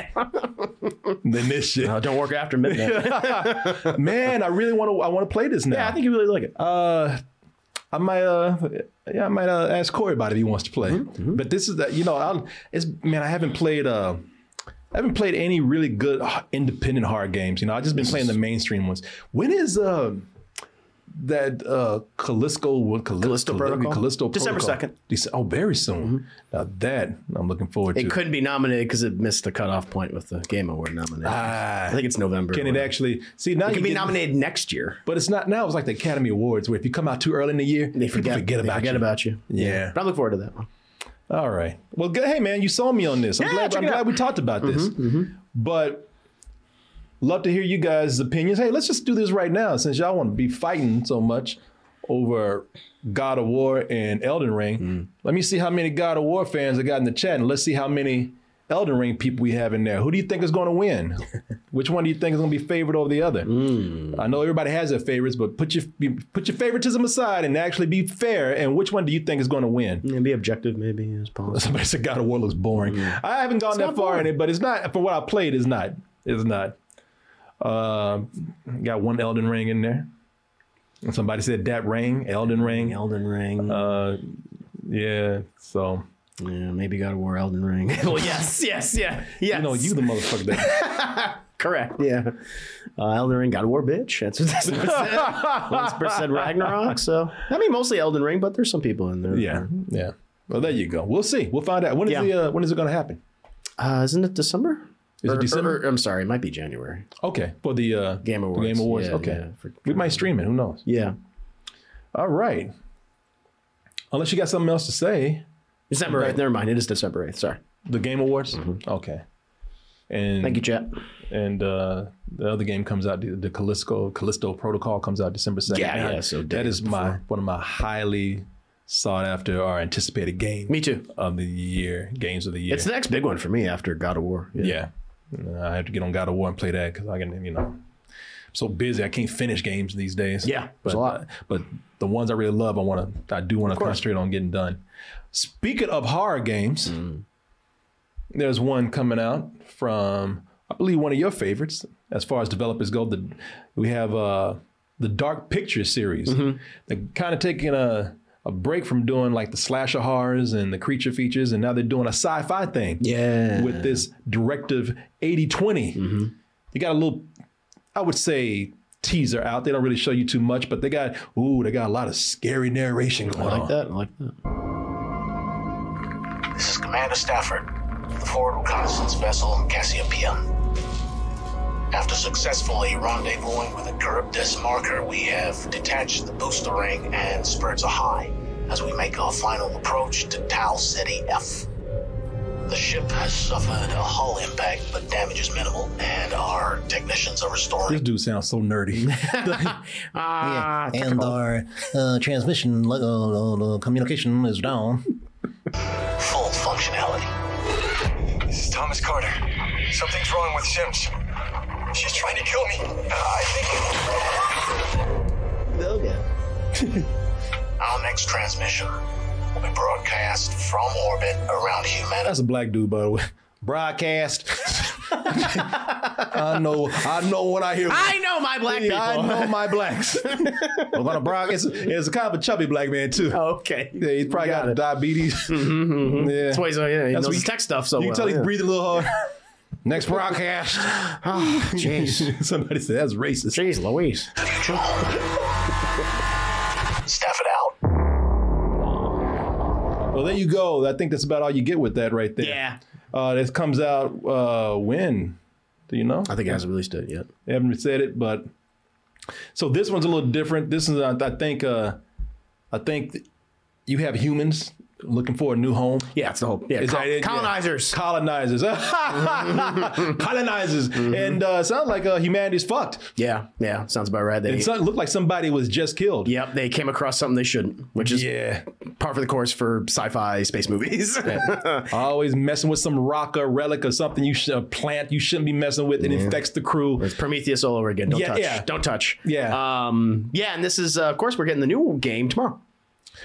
Speaker 2: then this shit,
Speaker 3: Oh, don't work after midnight.
Speaker 2: man. I really want to. I want to play this now.
Speaker 3: yeah, I think you really like it.
Speaker 2: Uh, I might. Uh, yeah, I might uh, ask Corey about it if he wants to play.
Speaker 3: Mm-hmm.
Speaker 2: But this is that. You know, i it's man. I haven't played. Uh, I haven't played any really good uh, independent horror games. You know, I've just been playing the mainstream ones. When is uh, that uh, Callisto what Callisto,
Speaker 3: Callisto Protocol?
Speaker 2: Callisto
Speaker 3: December
Speaker 2: Protocol.
Speaker 3: 2nd.
Speaker 2: Dece- oh, very soon. Now that I'm looking forward to.
Speaker 3: It couldn't be nominated because it missed the cutoff point with the Game Award nomination.
Speaker 2: Ah.
Speaker 3: I think it's November.
Speaker 2: Can it actually see now?
Speaker 3: It
Speaker 2: you
Speaker 3: could be
Speaker 2: get-
Speaker 3: nominated next year.
Speaker 2: but it's not now. It's like the Academy Awards, where if you come out too early in the year,
Speaker 3: They forget,
Speaker 2: people forget
Speaker 3: they
Speaker 2: about
Speaker 3: forget
Speaker 2: you.
Speaker 3: about you.
Speaker 2: Yeah.
Speaker 3: But I look forward to that one.
Speaker 2: All right. Well, good. Hey, man, you saw me on this. I'm
Speaker 3: Yeah,
Speaker 2: glad,
Speaker 3: check
Speaker 2: I'm
Speaker 3: it
Speaker 2: glad
Speaker 3: out. Mm-hmm,
Speaker 2: we talked about this. But love to hear you guys' opinions. Hey, let's just do this right now since y'all want to be fighting so much over God of War and Elden Ring.
Speaker 3: Mm.
Speaker 2: Let me see how many God of War fans I got in the chat, and let's see how many Elden Ring people we have in there. Who do you think is going to win? Which one do you think is going to be favored over the other?
Speaker 3: Mm.
Speaker 2: I know everybody has their favorites, but put your put your favoritism aside and actually be fair. And which one do you think is going to win?
Speaker 3: Yeah, be objective, maybe as possible.
Speaker 2: Somebody said God of War looks boring. I haven't gone that
Speaker 3: not
Speaker 2: far in
Speaker 3: boring.
Speaker 2: it, but it's not from what I played. It's not. It's not. Um got one Elden Ring in there. And somebody said that ring, Elden Ring. uh,
Speaker 3: Elden Ring.
Speaker 2: Yeah. So
Speaker 3: yeah, maybe God of War, Elden Ring. well, yes, yes, yeah, yes.
Speaker 2: you know you the motherfucker. That,
Speaker 3: correct. Yeah, uh, Elden Ring, God of War, bitch. That's what this one said. One person said Ragnarok. So I mean, mostly Elden Ring, but there's some people in there.
Speaker 2: yeah. Yeah. Well, there you go. We'll see. We'll find out. When is
Speaker 3: Yeah.
Speaker 2: the uh, when is it going to happen?
Speaker 3: Uh, isn't it December?
Speaker 2: Is it
Speaker 3: Or-
Speaker 2: December?
Speaker 3: or- I'm sorry, it might be January.
Speaker 2: okay. For the uh,
Speaker 3: er. Game
Speaker 2: the
Speaker 3: Awards.
Speaker 2: Game Awards.
Speaker 3: Yeah,
Speaker 2: okay.
Speaker 3: yeah, for-
Speaker 2: we might stream it. Who knows?
Speaker 3: Yeah,
Speaker 2: All right. Unless you got something else to say,
Speaker 3: December eighth. Never mind, it is December eighth. Sorry.
Speaker 2: the Game Awards. Okay. And
Speaker 3: Mm-hmm. Thank you, chat.
Speaker 2: and uh, the other game comes out. The Callisto Callisto Protocol comes out December second.
Speaker 3: Yeah, yeah, so day
Speaker 2: that is my one of my highly sought after or anticipated game
Speaker 3: Me too.
Speaker 2: of the year, games of the year.
Speaker 3: It's the next big one for me after God of War.
Speaker 2: yeah, Uh, I have to get on God of War and play that because I can, you know, I'm so busy I can't finish games these days.
Speaker 3: Yeah,
Speaker 2: but uh,
Speaker 3: it's a lot.
Speaker 2: but the ones I really love, I want to, I do want to concentrate on getting done. Speaking of horror games,
Speaker 3: Mm.
Speaker 2: there's one coming out from I believe one of your favorites as far as developers go. The we have uh, the Dark Picture series.
Speaker 3: Mm-hmm.
Speaker 2: They're kind of taking a a break from doing like the slasher horrors and the creature features, and now they're doing a sci-fi thing.
Speaker 3: Yeah.
Speaker 2: with this directive 8020.
Speaker 3: Mm-hmm.
Speaker 2: They got a little, I would say, teaser out. They don't really show you too much, but they got ooh, they got a lot of scary narration going
Speaker 3: I
Speaker 2: on.
Speaker 3: like that. I like that.
Speaker 9: This is Commander Stafford, the forward reconnaissance vessel Cassiopeia. After successfully rendezvousing with a Charybdis marker, we have detached the booster ring and spirits are high as we make our final approach to Tau City F. The ship has suffered a hull impact, but damage is minimal, and our technicians are
Speaker 2: This
Speaker 9: restoring.
Speaker 2: dude sounds so nerdy.
Speaker 3: Ah,
Speaker 10: and our uh, transmission, uh, uh, uh, communication is down.
Speaker 9: full functionality.
Speaker 5: This is Thomas Carter. Something's wrong with Sims. She's trying to kill me. Uh, I think.
Speaker 9: Our next transmission will be broadcast from orbit around humanity.
Speaker 2: That's a black dude, by the way.
Speaker 3: broadcast.
Speaker 2: I know, I know what I hear.
Speaker 3: I know my black people.
Speaker 2: I know my blacks. We're gonna brag. It's, it's kind of a chubby black man too.
Speaker 3: Okay.
Speaker 2: Yeah, he's probably got, diabetes. Yeah.
Speaker 3: Mm-hmm, That's why he's like, yeah, he
Speaker 2: That's
Speaker 3: knows
Speaker 2: what
Speaker 3: his
Speaker 2: you-
Speaker 3: tech stuff so
Speaker 2: you can
Speaker 3: well.
Speaker 2: tell he's
Speaker 3: yeah.
Speaker 2: breathing a little hard. Next broadcast. Jeez. Somebody said that's racist.
Speaker 3: Jeez Louise.
Speaker 9: Stafford out.
Speaker 2: Well, there you go. I think that's about all you get with that right there.
Speaker 3: Yeah.
Speaker 2: Uh, this comes out uh, when? Do you know?
Speaker 3: I think it hasn't released it yet.
Speaker 2: They haven't said it, but so this one's a little different. This is, I I think, uh, I think you have humans looking for a new home.
Speaker 3: Yeah, it's the whole yeah,
Speaker 2: Is
Speaker 3: col-
Speaker 2: that it? Yeah.
Speaker 3: colonizers.
Speaker 2: Colonizers, colonizers,
Speaker 3: Mm-hmm.
Speaker 2: and uh, sounds like uh, humanity's fucked.
Speaker 3: Yeah, yeah, sounds about right. They
Speaker 2: It sound- looked like somebody was just killed.
Speaker 3: yep, they came across something they shouldn't, which is
Speaker 2: yeah.
Speaker 3: par for the course for sci-fi space movies.
Speaker 2: Always messing with some rock or relic or something you should a plant you shouldn't be messing with. It infects the crew.
Speaker 3: It's Prometheus all over again. Don't
Speaker 2: Yeah,
Speaker 3: touch.
Speaker 2: yeah.
Speaker 3: Don't touch.
Speaker 2: Yeah.
Speaker 3: Um, yeah, and this is, uh, of course, we're getting the new game tomorrow.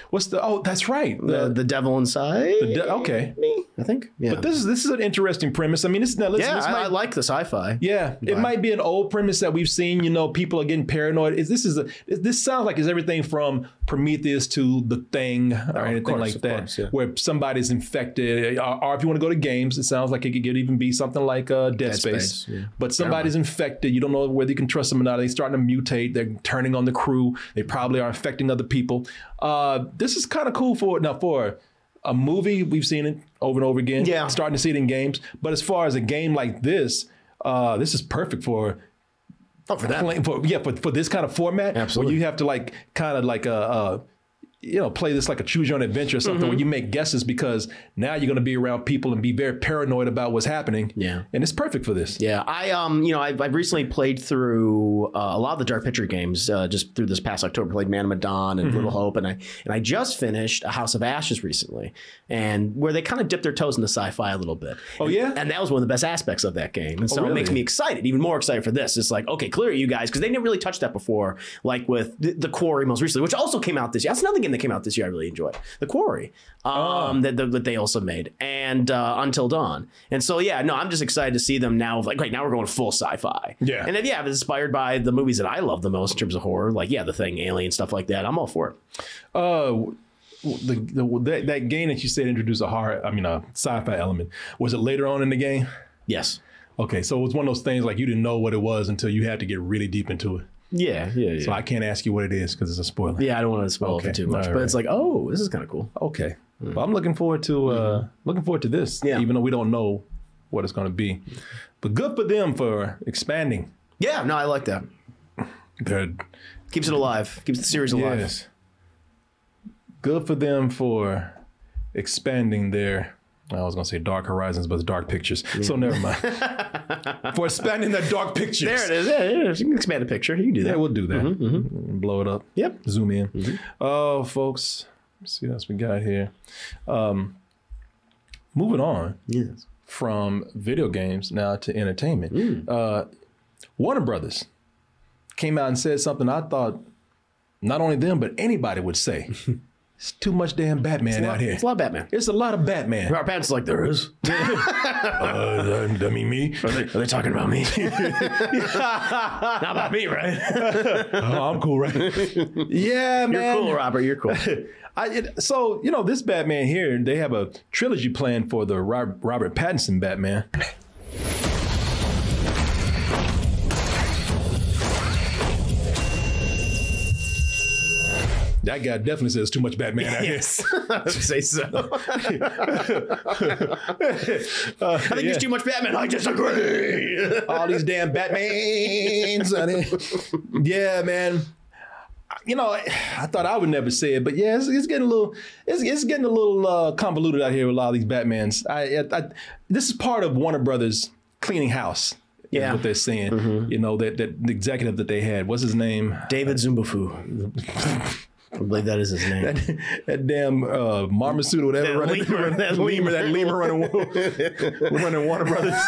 Speaker 2: What's the? Oh, that's right.
Speaker 3: The, the devil inside.
Speaker 2: The de- okay.
Speaker 3: I think. Yeah.
Speaker 2: But this is this is an interesting premise. I mean, this now listen,
Speaker 3: yeah,
Speaker 2: this
Speaker 3: I,
Speaker 2: might-
Speaker 3: I like the sci-fi.
Speaker 2: yeah, it might be an old premise that we've seen. You know, people are getting paranoid. Is this is a, this sounds like it's everything from Prometheus to The Thing or anything
Speaker 11: course,
Speaker 2: like
Speaker 11: Oh, of
Speaker 2: that,
Speaker 11: course, yeah.
Speaker 2: where somebody's infected. Or, or if you want to go to games, it sounds like it could even be something like uh, Dead, Space.
Speaker 11: Space, yeah.
Speaker 2: But somebody's infected. You don't know whether you can trust them or not. They're starting to mutate. They're turning on the crew. They probably are infecting other people. Uh, this is kind of cool for now for a movie. We've seen it over and over again.
Speaker 3: Yeah.
Speaker 2: starting to see it in games. But as far as a game like this, uh, this is perfect for.
Speaker 3: Oh, for that.
Speaker 2: playing- for- yeah, for, for this kind of format,
Speaker 3: Absolutely.
Speaker 2: where you have to like kind of like uh, uh, you know, play this like a choose your own adventure or
Speaker 3: Mm-hmm.
Speaker 2: something where you make guesses because now you're going to be around people and be very paranoid about what's happening.
Speaker 3: Yeah.
Speaker 2: And it's perfect for this.
Speaker 3: Yeah, I um, you know, I've, I've recently played through uh, a lot of the Dark Picture games uh, just through this past October. Played Man of Medan and
Speaker 2: Mm-hmm.
Speaker 3: Little Hope, and I and I just finished A House of Ashes recently, and where they kind of dipped their toes into sci-fi a little bit.
Speaker 2: Oh,
Speaker 3: And-
Speaker 2: yeah? Oh,
Speaker 3: and that was one of the best aspects of that game, and so it
Speaker 2: really?
Speaker 3: makes me excited, even more excited for this. It's like, okay, clearly you guys, because they didn't really touch that before, like with the, the Quarry most recently, which also came out this year. That's another game that came out this year I really enjoyed, The Quarry,
Speaker 2: Oh.
Speaker 3: um, that, that that they also made, and uh, Until Dawn. And so yeah, no, I'm just excited to see them now. Like right now, we're going full sci-fi.
Speaker 2: Yeah.
Speaker 3: and if yeah, if it's inspired by the movies that I love the most in terms of horror, like yeah, The Thing, Alien, stuff like that. I'm all for it.
Speaker 2: Uh, w- the, the that, that game that you said introduced a horror, I mean, a sci-fi element. Was it later on in the game?
Speaker 3: Yes.
Speaker 2: Okay, so it was one of those things like you didn't know what it was until you had to get really deep into it.
Speaker 3: Yeah, yeah, yeah.
Speaker 2: So I can't ask you what it is because it's a spoiler.
Speaker 3: yeah, I don't want to spoil
Speaker 2: Okay,
Speaker 3: it too much,
Speaker 2: all
Speaker 3: but it's like, oh, this is kind of cool.
Speaker 2: Okay, well, I'm looking forward to uh, looking forward to this.
Speaker 3: Mm. Yeah.
Speaker 2: even though we don't know what it's going to be, but good for them for expanding.
Speaker 3: Yeah, no, I like that.
Speaker 2: They're
Speaker 3: Keeps it alive. Keeps the series alive.
Speaker 2: Yes. Good for them for expanding their. I was gonna say Dark Horizons, but it's Dark Pictures. So never mind. for expanding their Dark Pictures.
Speaker 3: There it is. Mm-hmm, Yeah, yeah, yeah. You can expand the picture. You can do that.
Speaker 2: Yeah, we'll do that. Blow it up.
Speaker 3: Yep.
Speaker 2: Zoom in.
Speaker 3: Mm-hmm.
Speaker 2: Oh, folks. Let's see what else we got here. Um, moving on
Speaker 3: Yes.
Speaker 2: from video games now to entertainment.
Speaker 3: Mm.
Speaker 2: Uh, Warner Brothers came out and said something I thought not only them, but anybody would say. it's too much damn Batman out here.
Speaker 3: It's a lot of Batman.
Speaker 2: It's a lot of Batman.
Speaker 3: Our pants like there is. Are
Speaker 2: uh, I mean, me.
Speaker 3: they, are they talking about me? Not about me, right?
Speaker 2: Oh, I'm cool, right? yeah,
Speaker 3: You're
Speaker 2: man.
Speaker 3: cool, Robert. You're cool.
Speaker 2: I, it, so you know this Batman here, they have a trilogy planned for the Rob, Robert Pattinson Batman. That guy definitely says too much Batman. out here.
Speaker 3: I would say so. I
Speaker 2: Uh,
Speaker 3: think
Speaker 2: yeah.
Speaker 3: it's too much Batman. I disagree.
Speaker 2: all these damn Batmans. out here. yeah, man. You know, I I thought I would never say it, but yeah, it's, it's getting a little, it's, it's getting a little uh, convoluted out here with a lot of these Batmans. I, I, I this is part of Warner Brothers cleaning house. is
Speaker 3: Yeah.
Speaker 2: what they're saying. You know that that the executive that they had, what's his name?
Speaker 3: David Zumbafu. I believe that is his name.
Speaker 2: That damn uh, Marmasuit, whatever,
Speaker 3: That
Speaker 2: running,
Speaker 3: lemur,
Speaker 2: running-
Speaker 3: that
Speaker 2: lemur, that lemur running, running Warner Brothers.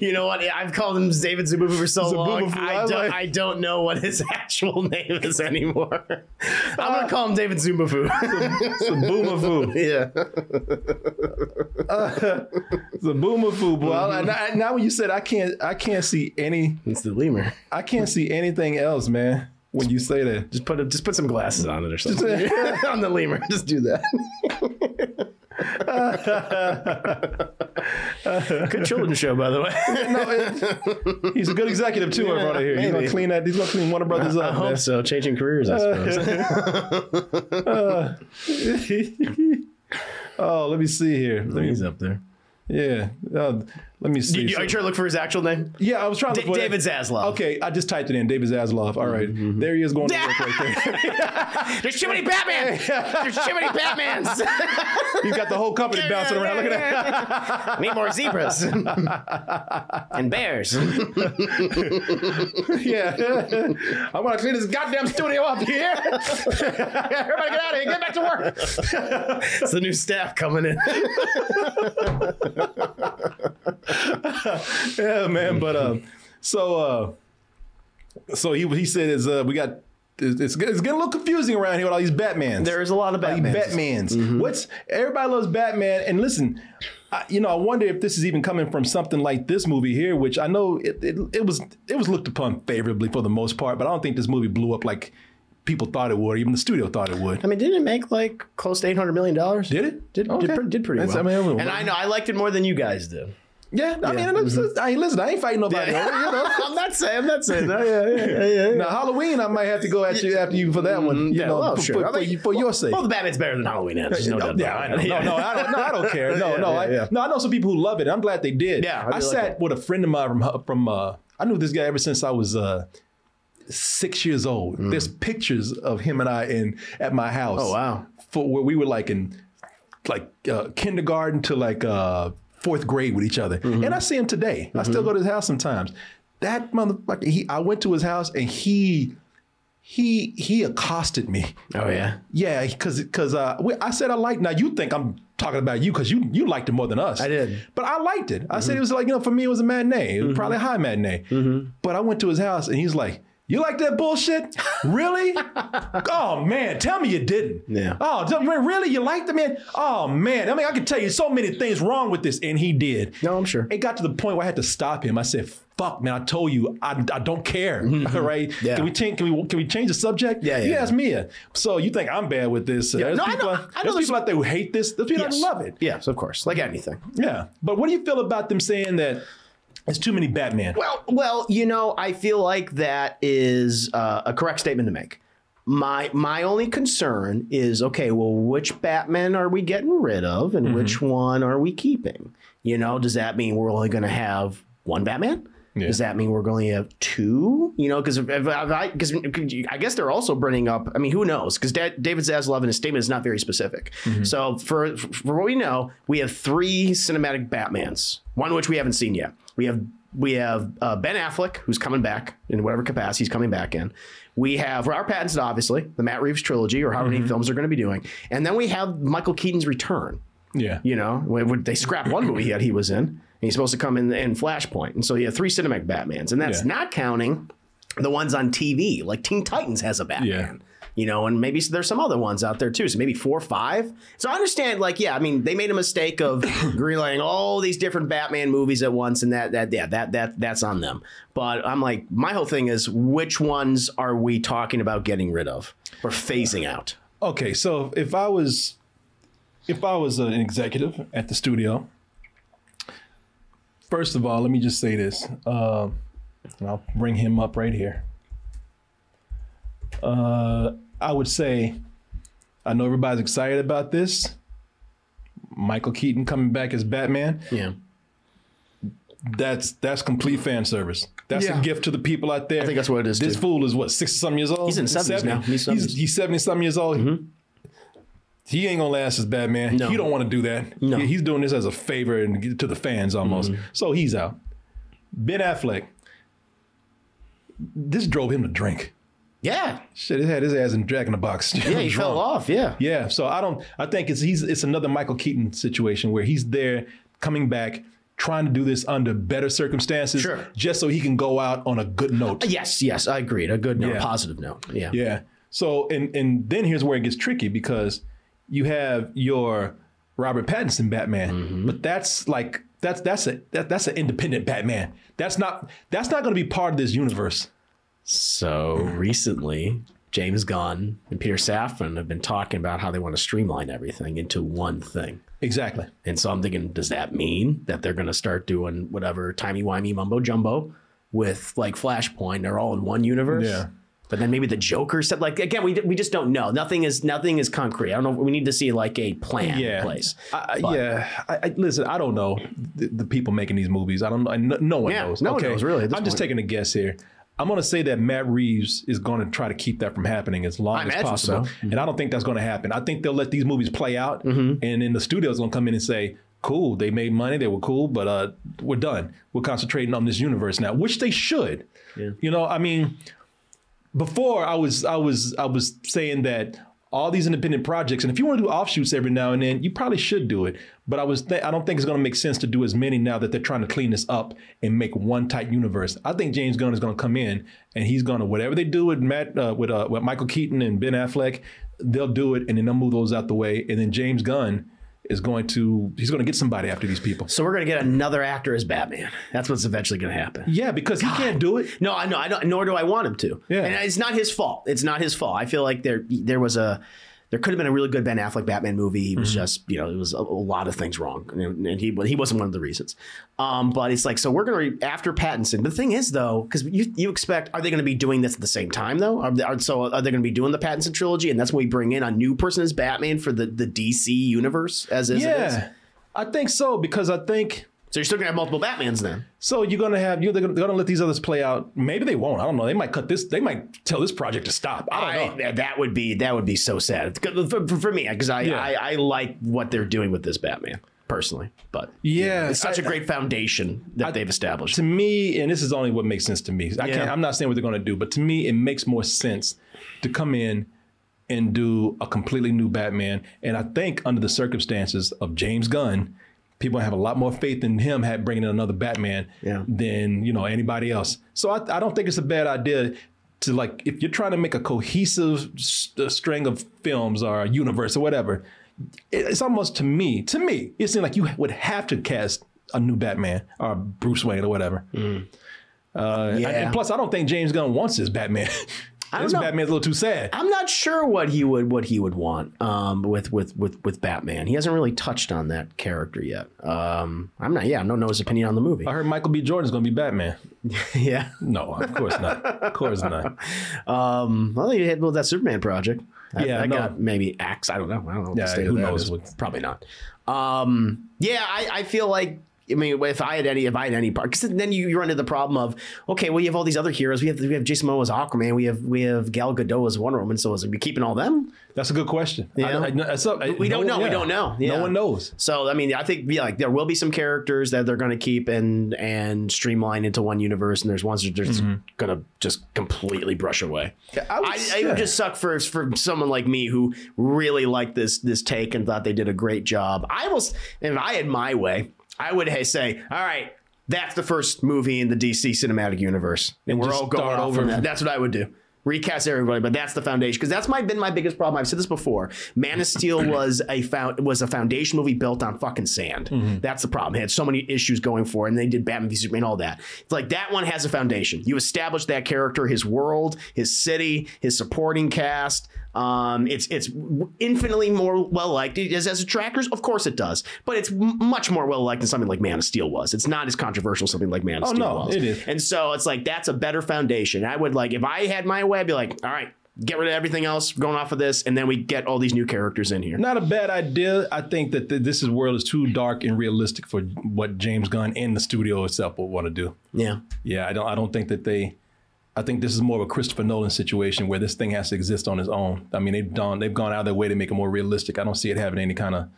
Speaker 3: You know what? I've called him David Zububu for so long.
Speaker 2: Zububufu, I
Speaker 3: I don't,
Speaker 2: like-
Speaker 3: I don't know what his actual name is anymore. I'm gonna call him David Zububu.
Speaker 2: It's a boomafoo.
Speaker 3: yeah.
Speaker 2: It's a boomafoo, boy. And I- now when you said I can't, I can't see any
Speaker 3: It's the lemur.
Speaker 2: I can't see anything else, man. When you say that,
Speaker 3: Just put a, just put some glasses on it or something. on the lemur. Just do that. Good children's show, by the way.
Speaker 2: he's a good executive too. over brother here. He's gonna
Speaker 3: maybe.
Speaker 2: clean that. He's gonna clean Warner Brothers
Speaker 3: I
Speaker 2: up. man. Uh,
Speaker 3: hope so. Changing careers, I suppose.
Speaker 2: oh, let me see here. Let me,
Speaker 3: He's up there.
Speaker 2: yeah, uh, let me see.
Speaker 3: Are Uh, you trying to look for his actual name?
Speaker 2: yeah, I was trying to.
Speaker 3: D-
Speaker 2: look for that.
Speaker 3: David Zaslav. Mm-hmm.
Speaker 2: Okay, I just typed it in. David Zaslav. All right. there he is going to work right there.
Speaker 3: There's too many Batman. There's too many Batmans.
Speaker 2: He's got the whole company bouncing around. Look at that.
Speaker 3: Need more zebras and bears.
Speaker 2: Yeah, I'm gonna clean this goddamn studio up here.
Speaker 3: Everybody get out of here. Get back to work. it's the new staff coming in.
Speaker 2: Mm-hmm. yeah, man. But um, so uh, so he he said is uh, we got it's, it's getting a little confusing around here with all these Batmans.
Speaker 3: There is a lot of
Speaker 2: All these
Speaker 3: Batmans.
Speaker 2: Batmans. Mm-hmm. What's everybody loves Batman? And listen, I, you know, I wonder if this is even coming from something like this movie here, which I know it, it it was it was looked upon favorably for the most part, but I don't think this movie blew up like people thought it would, or even the studio thought it would.
Speaker 3: I mean, didn't it make like close to eight hundred million dollars?
Speaker 2: Did it?
Speaker 3: Did
Speaker 2: Okay.
Speaker 3: did, pre- did pretty
Speaker 2: That's-
Speaker 3: well.
Speaker 2: I mean, it was-
Speaker 3: and I know I liked it more than you guys did.
Speaker 2: Yeah, Mm-hmm. I mean, it's- it's- I ain't listen. I ain't fighting nobody. over it, you know.
Speaker 3: I'm not saying. I'm not saying that.
Speaker 2: Now Halloween, I might have to go at you after you for that one. You
Speaker 3: Mm-hmm. yeah,
Speaker 2: know,
Speaker 3: well,
Speaker 2: for,
Speaker 3: sure.
Speaker 2: for-
Speaker 3: I
Speaker 2: for
Speaker 3: think-
Speaker 2: you- for your sake.
Speaker 3: Well, the Batman's better than Halloween is. There's no doubt
Speaker 2: yeah,
Speaker 3: about
Speaker 2: I
Speaker 3: it.
Speaker 2: know. No, no, I don't, no, I don't care. No,
Speaker 3: Yeah,
Speaker 2: no,
Speaker 3: yeah,
Speaker 2: I,
Speaker 3: yeah.
Speaker 2: no. I know some people who love it. and I'm glad they did. I,
Speaker 3: Yeah, I really like
Speaker 2: sat
Speaker 3: that.
Speaker 2: with a friend of mine from hu- from. Uh, I knew this guy ever since I was uh, six years old. There's pictures of him and I in at my house.
Speaker 3: Mm. Oh, wow.
Speaker 2: For where we were like in like uh, kindergarten to like uh, fourth grade with each other,
Speaker 3: Mm-hmm.
Speaker 2: and I see him today. I still go to his house sometimes. That motherfucker. He, I went to his house and he. He he accosted me.
Speaker 3: Oh yeah.
Speaker 2: Yeah, because because uh, we- I said I liked. Now you think I'm talking about you because you you liked it more than us.
Speaker 3: I did. Mm-hmm.
Speaker 2: but I liked it. I said it was like you know for me it was a matinee, it was probably a high matinee. But I went to his house and he's like. You like that bullshit? Really? oh man, tell me you didn't.
Speaker 3: Yeah.
Speaker 2: Oh, tell me, really? You liked it, man? Oh man, I mean, I can tell you so many things wrong with this, and he did.
Speaker 3: No, I'm sure.
Speaker 2: It got to the point where I had to stop him. I said, "Fuck, man! I told you, I, I don't care. All right?
Speaker 3: Mm-hmm. Yeah.
Speaker 2: Can we change? Can we can we change the subject?
Speaker 3: Yeah, yeah,
Speaker 2: You
Speaker 3: yeah.
Speaker 2: asked me. it. So you think I'm bad with this? Uh, There's
Speaker 3: No, I know-
Speaker 2: people,
Speaker 3: I know
Speaker 2: there's
Speaker 3: there's-
Speaker 2: people out there who hate this. There's people
Speaker 3: Yes.
Speaker 2: that love it.
Speaker 3: Yes, of course. Like anything.
Speaker 2: Yeah. But what do you feel about them saying that it's too many Batman?
Speaker 3: Well, well, you know, I feel like that is uh, a correct statement to make. My my only concern is okay. Well, which Batman are we getting rid of, and which one are we keeping? You know, does that mean we're only going to have one Batman? Does that mean we're going to have two? You know, because I because I guess they're also bringing up. I mean, who knows? Because David Zaslav in his statement is not very specific. So for for what we know, we have three cinematic Batmans, one which we haven't seen yet. We have we have uh, Ben Affleck who's coming back in whatever capacity he's coming back in. We have Robert Pattinson, obviously, the Matt Reeves trilogy, or however many films they're going to be doing, and then we have Michael Keaton's return.
Speaker 2: yeah.
Speaker 3: You know, when when they scrapped one movie that he was in, and he's supposed to come in in Flashpoint. And so you have three cinematic Batmans, and that's
Speaker 2: Yeah.
Speaker 3: not counting the ones on TV. Like Teen Titans has a Batman. You know, and maybe there's some other ones out there too. So maybe four or five. So I understand, like, yeah, I mean, they made a mistake of greenlighting all these different Batman movies at once, and that, that, yeah, that, that, that's on them. But I'm like, my whole thing is, which ones are we talking about getting rid of or phasing out?
Speaker 2: Okay. So if I was, if I was an executive at the studio, first of all, let me just say this, Um and I'll bring him up right here. Uh, I would say, I know everybody's excited about this. Michael Keaton coming back as Batman.
Speaker 3: Yeah,
Speaker 2: That's that's complete fan service. That's
Speaker 3: Yeah.
Speaker 2: a gift to the people out there. I
Speaker 3: think that's what it is,
Speaker 2: This
Speaker 3: too.
Speaker 2: fool is what sixty some years old.
Speaker 3: He's in 70s now.
Speaker 2: He's
Speaker 3: He's 70s.
Speaker 2: he's seventy some years old. He ain't gonna last as Batman.
Speaker 3: No.
Speaker 2: He don't want to do that.
Speaker 3: No. Mm-hmm.
Speaker 2: He- he's doing this as a favor and to the fans almost. So he's out. Ben Affleck. This drove him to drink.
Speaker 3: yeah,
Speaker 2: Shit, he had his ass in Jack in the Box.
Speaker 3: yeah. He fell off. Yeah,
Speaker 2: Yeah, so I don't. I think it's he's it's another Michael Keaton situation where he's there coming back, trying to do this under better circumstances,
Speaker 3: Sure.
Speaker 2: just so he can go out on a good note.
Speaker 3: Yes, yes, I agreed. A good note,
Speaker 2: Yeah.
Speaker 3: positive note. Yeah.
Speaker 2: Yeah. So and and then here's where it gets tricky because you have your Robert Pattinson Batman, but that's like that's that's a that, that's an independent Batman. That's not that's not going to be part of this universe.
Speaker 3: So recently, James Gunn and Peter Safran have been talking about how they want to streamline everything into one thing.
Speaker 2: Exactly.
Speaker 3: And so I'm thinking, does that mean that they're going to start doing whatever timey wimey mumbo jumbo with like Flashpoint? They're all in one universe.
Speaker 2: Yeah.
Speaker 3: But then maybe the Joker said, like again, we, we just don't know. Nothing is nothing is concrete. I don't know. We need to see like a plan in place.
Speaker 2: I, I,
Speaker 3: But-
Speaker 2: yeah. I, I, listen, I don't know the, the people making these movies. I don't. I, no, no one
Speaker 3: Yeah,
Speaker 2: knows.
Speaker 3: no one knows, really, at
Speaker 2: I'm just
Speaker 3: this point.
Speaker 2: taking a guess here. I'm going to say that Matt Reeves is going to try to keep that from happening as long
Speaker 3: I
Speaker 2: as
Speaker 3: imagine
Speaker 2: possible,
Speaker 3: so.
Speaker 2: and I don't think that's going to happen. I think they'll let these movies play out,
Speaker 3: Mm-hmm.
Speaker 2: and then the studio's going to come in and say. Cool. They made money. They were cool, but uh, we're done. We're concentrating on this universe now, which they should. You know, I mean, before I was I was I was saying that all these independent projects. And if you want to do offshoots every now and then, you probably should do it. But I was th- I don't think it's going to make sense to do as many now that they're trying to clean this up and make one tight universe. I think James Gunn is going to come in and he's going to whatever they do with Matt uh, with uh, with Michael Keaton and Ben Affleck, they'll do it and then they'll move those out the way. And then James Gunn is going to he's going to get somebody after these people.
Speaker 3: So we're gonna get another actor as Batman. That's what's eventually gonna happen.
Speaker 2: Yeah, because he can't do it.
Speaker 3: No, I know. I don't. Nor do I want him to.
Speaker 2: Yeah.
Speaker 3: and it's not his fault. It's not his fault. I feel like there there was a there could have been a really good Ben Affleck Batman movie. He
Speaker 2: Mm-hmm.
Speaker 3: was just you know it was a, a lot of things wrong, and and he he wasn't one of the reasons. Um, but it's like so we're gonna re- after Pattinson. The thing is though, because you you expect are they gonna be doing this at the same time though? Are, they- are so are they gonna be doing the Pattinson trilogy, and that's when we bring in a new person as Batman for the the DC universe as is. It is?
Speaker 2: Yeah, I think so because I think
Speaker 3: So you're still gonna have multiple Batmans then.
Speaker 2: so. You're gonna have you. They're gonna, they're gonna let these others play out. Maybe they won't. I don't know. They might cut this. They might tell this project to stop. I don't
Speaker 3: I,
Speaker 2: know.
Speaker 3: that- that would be that would be so sad for, for- for me because I,
Speaker 2: Yeah.
Speaker 3: I I like what they're doing with this Batman personally, but
Speaker 2: Yeah,
Speaker 3: it's such a
Speaker 2: I-
Speaker 3: great foundation that they've established.
Speaker 2: to me, and this is only what makes sense to me. I can't,
Speaker 3: Yeah.
Speaker 2: I'm not saying what they're going to do, but to me, it makes more sense to come in and do a completely new Batman. And I think under the circumstances of James Gunn, people have a lot more faith in him had bringing in another Batman
Speaker 3: Yeah.
Speaker 2: than you know anybody else. So I, I don't think it's a bad idea to like if you're trying to make a cohesive s- uh, string of films or a universe or whatever. it- It's almost to me, to me, it seems like you would have to cast a new Batman or Bruce Wayne or whatever. Uh, and-
Speaker 3: Mm. Yeah.
Speaker 2: and plus, I don't think James Gunn wants his Batman.
Speaker 3: don't
Speaker 2: This
Speaker 3: know.
Speaker 2: Batman's a little too sad.
Speaker 3: I'm not sure what he would what he would want um, with with with with Batman. He hasn't really touched on that character yet. Um, I'm not. Yeah, I don't know his opinion on the movie.
Speaker 2: I heard Michael B. Jordan's going to be Batman.
Speaker 3: yeah.
Speaker 2: No, of course not. Of course not.
Speaker 3: Um, well, he had with that Superman project. That-
Speaker 2: Yeah,
Speaker 3: that
Speaker 2: no.
Speaker 3: got maybe axe. I don't know. I don't know. What
Speaker 2: Yeah,
Speaker 3: the state
Speaker 2: who
Speaker 3: of that
Speaker 2: knows
Speaker 3: is.
Speaker 2: what-
Speaker 3: Probably not. Um, yeah, I, I feel like. I mean, if I had any, if I had any part, because then you, you run into the problem of, okay, well, you have all these other heroes. We have we have Jason Momoa as Aquaman. We have we have Gal Gadot as Wonder Woman. So is it we keeping all them?
Speaker 2: That's a good question. I-
Speaker 3: Yeah.
Speaker 2: I- that's up- I-
Speaker 3: We
Speaker 2: no
Speaker 3: don't know.
Speaker 2: one-
Speaker 3: We
Speaker 2: yeah.
Speaker 3: don't know. Yeah.
Speaker 2: No one knows.
Speaker 3: So I mean, I think yeah, like there will be some characters that they're going to keep and and streamline into one universe, and there's ones that they're just
Speaker 2: Mm-hmm.
Speaker 3: going to just completely brush away.
Speaker 2: I
Speaker 3: I,
Speaker 2: would-
Speaker 3: I, it would just suck for for someone like me who really liked this this take and thought they did a great job. I will, s- if I had my way, I would hey, say, all right. That's the first movie in the DC cinematic universe, and,
Speaker 2: And
Speaker 3: we're
Speaker 2: just
Speaker 3: all going
Speaker 2: start
Speaker 3: off
Speaker 2: over.
Speaker 3: from that. That's what I would do. Recast everybody, but that's the foundation because that's my been my biggest problem. I've said this before. Man of Steel was a found, was a foundation movie built on fucking sand.
Speaker 2: Mm-hmm.
Speaker 3: That's the problem. It had so many issues going for, it, and they did Batman v Superman, all that. It's like that one has a foundation. You establish that character, his world, his city, his supporting cast. Um, it's it's infinitely more well liked. It is as attractors, of course it does, but it's m- much more well liked than something like Man of Steel was. It's not as controversial as something like Man of
Speaker 2: Oh,
Speaker 3: Steel
Speaker 2: no,
Speaker 3: was.
Speaker 2: it is.
Speaker 3: And so it's like that's a better foundation. I would like if I had my way, I'd be like, all right, get rid of everything else, going off of this, and then we get all these new characters in here.
Speaker 2: Not a bad idea. I think that th- this is world is too dark and realistic for what James Gunn and the studio itself would want to do.
Speaker 3: Yeah.
Speaker 2: Yeah, I don't. I don't think that they. I think this is more of a Christopher Nolan situation where this thing has to exist on its own. I mean, they've done. They've gone out of their way to make it more realistic. I don't see it having any kind of.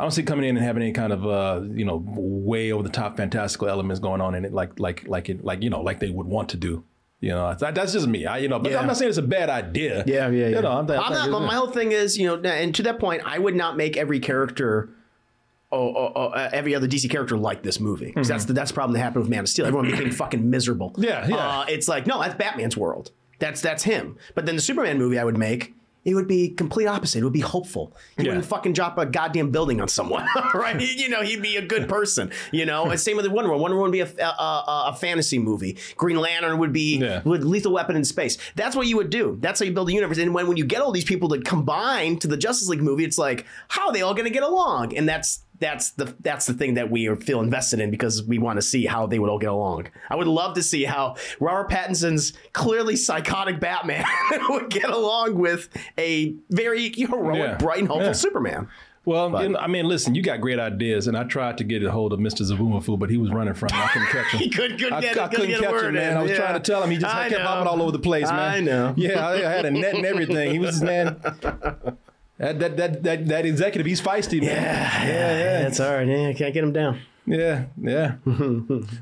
Speaker 2: I don't see it coming in and having any kind of uh, you know way over the top fantastical elements going on in it like like like it like you know like they would want to do. You know, that, that's just me. I you know, but
Speaker 3: Yeah.
Speaker 2: I'm not saying it's a bad idea.
Speaker 3: Yeah, yeah, yeah.
Speaker 2: You know, I'm,
Speaker 3: I'm not, but my whole thing is, you know, and to that point, I would not make every character. Oh, oh, oh, uh, every other DC character like this movie. 'Cause That's the that's the problem that happened with Man of Steel. Everyone became fucking miserable.
Speaker 2: Mm-hmm. Yeah, yeah.
Speaker 3: Uh, it's like no, that's Batman's world. That's that's him. But then the Superman movie I would make, it would be complete opposite. It would be hopeful. He
Speaker 2: Yeah.
Speaker 3: wouldn't fucking drop a goddamn building on someone, right? you know, he'd be a good person. You know, and same with Wonder Woman. Wonder Woman would be a, a, a, a fantasy movie. Green Lantern would be
Speaker 2: Yeah.
Speaker 3: would Lethal Weapon in space. That's what you would do. That's how you build a universe. And when, when you get all these people that combine to the Justice League movie, it's like, how are they all going to get along? And that's that's the that's the thing that we are, feel invested in because we want to see how they would all get along. I would love to see how Robert Pattinson's clearly psychotic Batman would get along with a very heroic,
Speaker 2: Yeah.
Speaker 3: bright, and hopeful
Speaker 2: Yeah.
Speaker 3: Superman.
Speaker 2: Well, you know, I mean, listen, you got great ideas, and I tried to get a hold of Mr. Zabumafu, but he was running from me. I couldn't catch him.
Speaker 3: He couldn't- couldn't
Speaker 2: I,
Speaker 3: get-
Speaker 2: I
Speaker 3: couldn't
Speaker 2: couldn't
Speaker 3: get a
Speaker 2: catch him,
Speaker 3: word
Speaker 2: man.
Speaker 3: in,
Speaker 2: I was
Speaker 3: yeah.
Speaker 2: trying to tell him. He just
Speaker 3: I
Speaker 2: kept
Speaker 3: know.
Speaker 2: hopping all over the place, man.
Speaker 3: I know.
Speaker 2: Yeah, I, I had a net and everything. He was just, man. That that that that, that executive, he's feisty, man.
Speaker 3: Yeah, that's all right. Yeah, can't get him down.
Speaker 2: Yeah, yeah.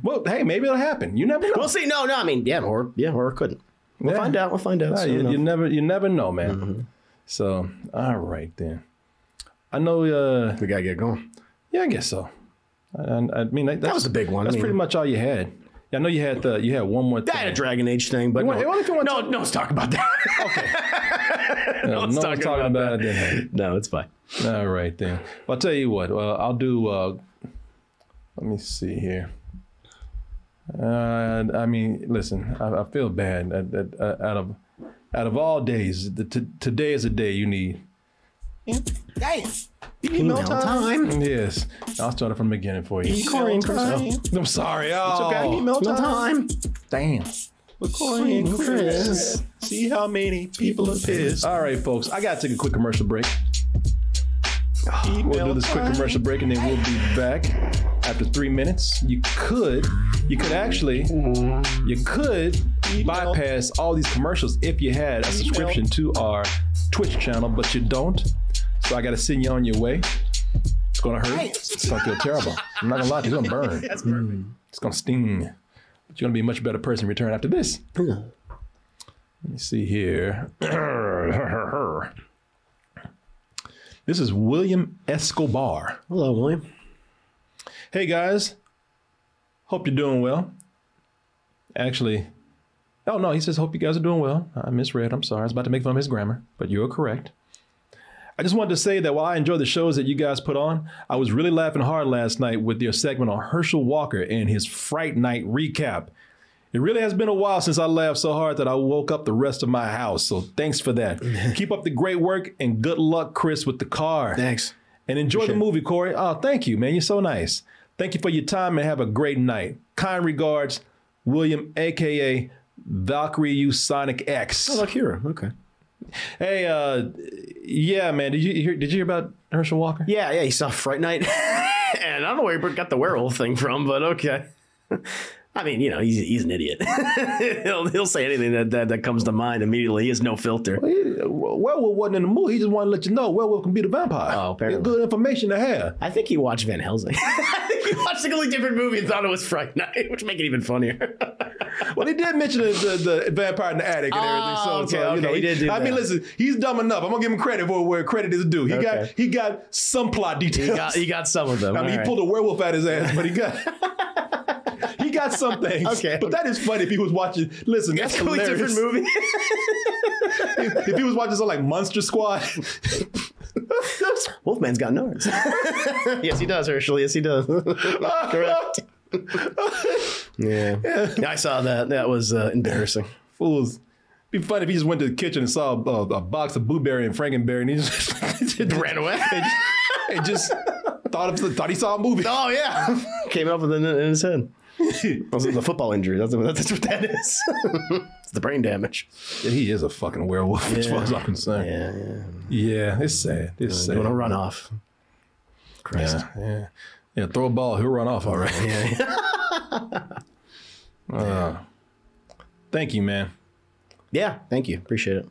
Speaker 2: well, hey, maybe it'll happen. You never know.
Speaker 3: We'll see. No, no. I mean, yeah, or yeah, or couldn't. We'll
Speaker 2: Yeah.
Speaker 3: find out. We'll find out.
Speaker 2: Yeah,
Speaker 3: soon
Speaker 2: you,
Speaker 3: enough. Mm-hmm.
Speaker 2: you never you never know, man. So, all right then. I know. Uh,
Speaker 3: we gotta get going.
Speaker 2: Yeah, I guess so. I, I- I mean, that, that's,
Speaker 3: was the big one. I
Speaker 2: That's
Speaker 3: mean-
Speaker 2: pretty much all you had. Yeah, I know you had the you had one more.
Speaker 3: I had a Dragon Age thing, but
Speaker 2: Well,
Speaker 3: no,
Speaker 2: the only thing I
Speaker 3: no, no, let's talk about that.
Speaker 2: Yeah, no
Speaker 3: one's
Speaker 2: one's
Speaker 3: talking
Speaker 2: talking,
Speaker 3: about
Speaker 2: about, it. Then.
Speaker 3: no, it's fine.
Speaker 2: All right then. Well, I'll tell you what. Well, I'll do. Uh, let me see here. Uh, I mean, listen. I, I feel bad. That, that, uh, out of out of all days, the, t- today is a day you need.
Speaker 1: You need no time.
Speaker 2: Yes, I'll start it from the beginning for you.
Speaker 1: Corey and Chris.
Speaker 2: I'm sorry. Oh,
Speaker 1: okay. You need no time.
Speaker 2: damn.
Speaker 1: With Corey and Chris. See how many people are pissed.
Speaker 2: All right, folks. I gotta take a quick commercial break. We'll do this quick commercial break, and then we'll be back after three minutes. You could, you could actually, you could bypass all these commercials if you had a subscription to our Twitch channel, but you don't. So I gotta send you on your way. It's gonna hurt. It's gonna feel terrible. I'm not gonna lie, to you, it's gonna burn. That's perfect. It's gonna sting. But you're gonna be a much better person in return after this. Let me see here. This is William Escobar.
Speaker 3: Hello, William.
Speaker 2: Hey guys, hope you're doing well. Actually, oh no, he says, hope you guys are doing well. I misread, I'm sorry. I was about to make fun of his grammar, but you are correct. I just wanted to say that while I enjoy the shows that you guys put on, I was really laughing hard last night with your segment on Herschel Walker and his Fright Night recap. It really has been a while since I laughed so hard that I woke up the rest of my house, so thanks for that. Keep up the great work and good luck, Chris, with the car.
Speaker 3: Thanks.
Speaker 2: And enjoy the movie, Corey. Oh, thank you, man. You're so nice. Thank you for your time and have a great night. Kind regards, William, aka Valkyrie U Sonic X.
Speaker 3: Look here. Okay.
Speaker 2: Hey, uh, yeah, man. Did you hear? Did you hear about Herschel Walker?
Speaker 3: Yeah, yeah, he saw Fright Night, and I don't know where he got the werewolf thing from, but okay. I mean, you know, he's, he's an idiot. he'll, he'll say anything that, that, that comes to mind immediately. He has no filter.
Speaker 2: Werewolf wasn't in the movie. He just wanted to let you know Werewolf can be the vampire.
Speaker 3: Oh, apparently.
Speaker 2: Good information to have.
Speaker 3: I think he watched Van Helsing. I think he watched a completely different movie and thought it was Fright Night, which make it even funnier.
Speaker 2: Well, he did mention the, the, the vampire in the attic and everything. So,
Speaker 3: Oh,
Speaker 2: so,
Speaker 3: okay,
Speaker 2: you know,
Speaker 3: okay, he did do
Speaker 2: I mean,
Speaker 3: that.
Speaker 2: listen, he's dumb enough. I'm gonna give him credit for where credit is due. He got
Speaker 3: Okay.
Speaker 2: he got some plot details.
Speaker 3: he, got, he got some of them.
Speaker 2: I mean, he
Speaker 3: All right.
Speaker 2: pulled a werewolf out his ass, but he got he got some things.
Speaker 3: Okay.
Speaker 2: but that is funny if he was watching. Listen, that's
Speaker 3: Completely
Speaker 2: hilarious.
Speaker 3: different movie.
Speaker 2: If, if he was watching something like Monster Squad,
Speaker 3: Wolfman's got nerves. yes, he does, Herschel. Yes, he does. Correct. yeah. I saw that. That was uh, embarrassing.
Speaker 2: fools. Be funny if he just went to the kitchen and saw a, a box of blueberry and frankenberry, and he just
Speaker 3: Ran away.
Speaker 2: and just, and just thought of, thought he saw a movie.
Speaker 3: Oh yeah, came up with it in his head. This is a football injury. That's, that's what that is. it's the brain damage.
Speaker 2: Yeah, he is a fucking werewolf, as far as I'm concerned.
Speaker 3: Yeah, yeah.
Speaker 2: Yeah, it's sad. It's sad.
Speaker 3: Doing a run off. Christ.
Speaker 2: Yeah, yeah. Yeah, throw a ball, he'll run off all right. Uh, thank you, man.
Speaker 3: Yeah. Thank you. Appreciate it.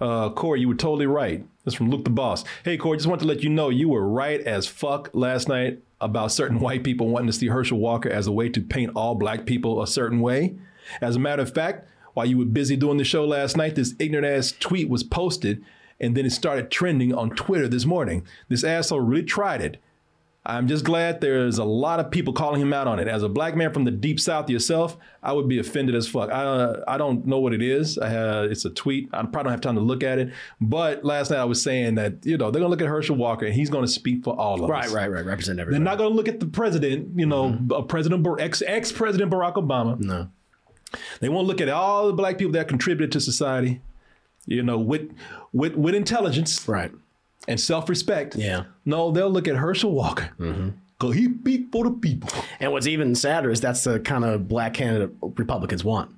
Speaker 2: Uh, Corey, you were totally right. That's from Luke the Boss. Hey, Corey, just want to let you know you were right as fuck last night about certain white people wanting to see Herschel Walker as a way to paint all black people a certain way. As a matter of fact, while you were busy doing the show last night, this ignorant ass tweet was posted and then it started trending on Twitter this morning. This asshole really tried it. I'm just glad there's a lot of people calling him out on it. As a black man from the deep south yourself, I would be offended as fuck. I uh, I don't know what it is. I uh, it's a tweet. I probably don't have time to look at it. But last night I was saying that you know they're gonna look at Herschel Walker and he's gonna speak for all of us.
Speaker 3: right. Mm-hmm. Represent
Speaker 2: They're
Speaker 3: everybody.
Speaker 2: not gonna look at the president. You know, uh, President ex ex President Barack Obama.
Speaker 3: No.
Speaker 2: They won't look at all the black people that contributed to society. You know, with with with intelligence
Speaker 3: Right.
Speaker 2: and self respect.
Speaker 3: Yeah. Mm-hmm.
Speaker 2: No, they'll look at Herschel Walker. Cause he beat for the people.
Speaker 3: And what's even sadder is that's the kind of black candidate Republicans want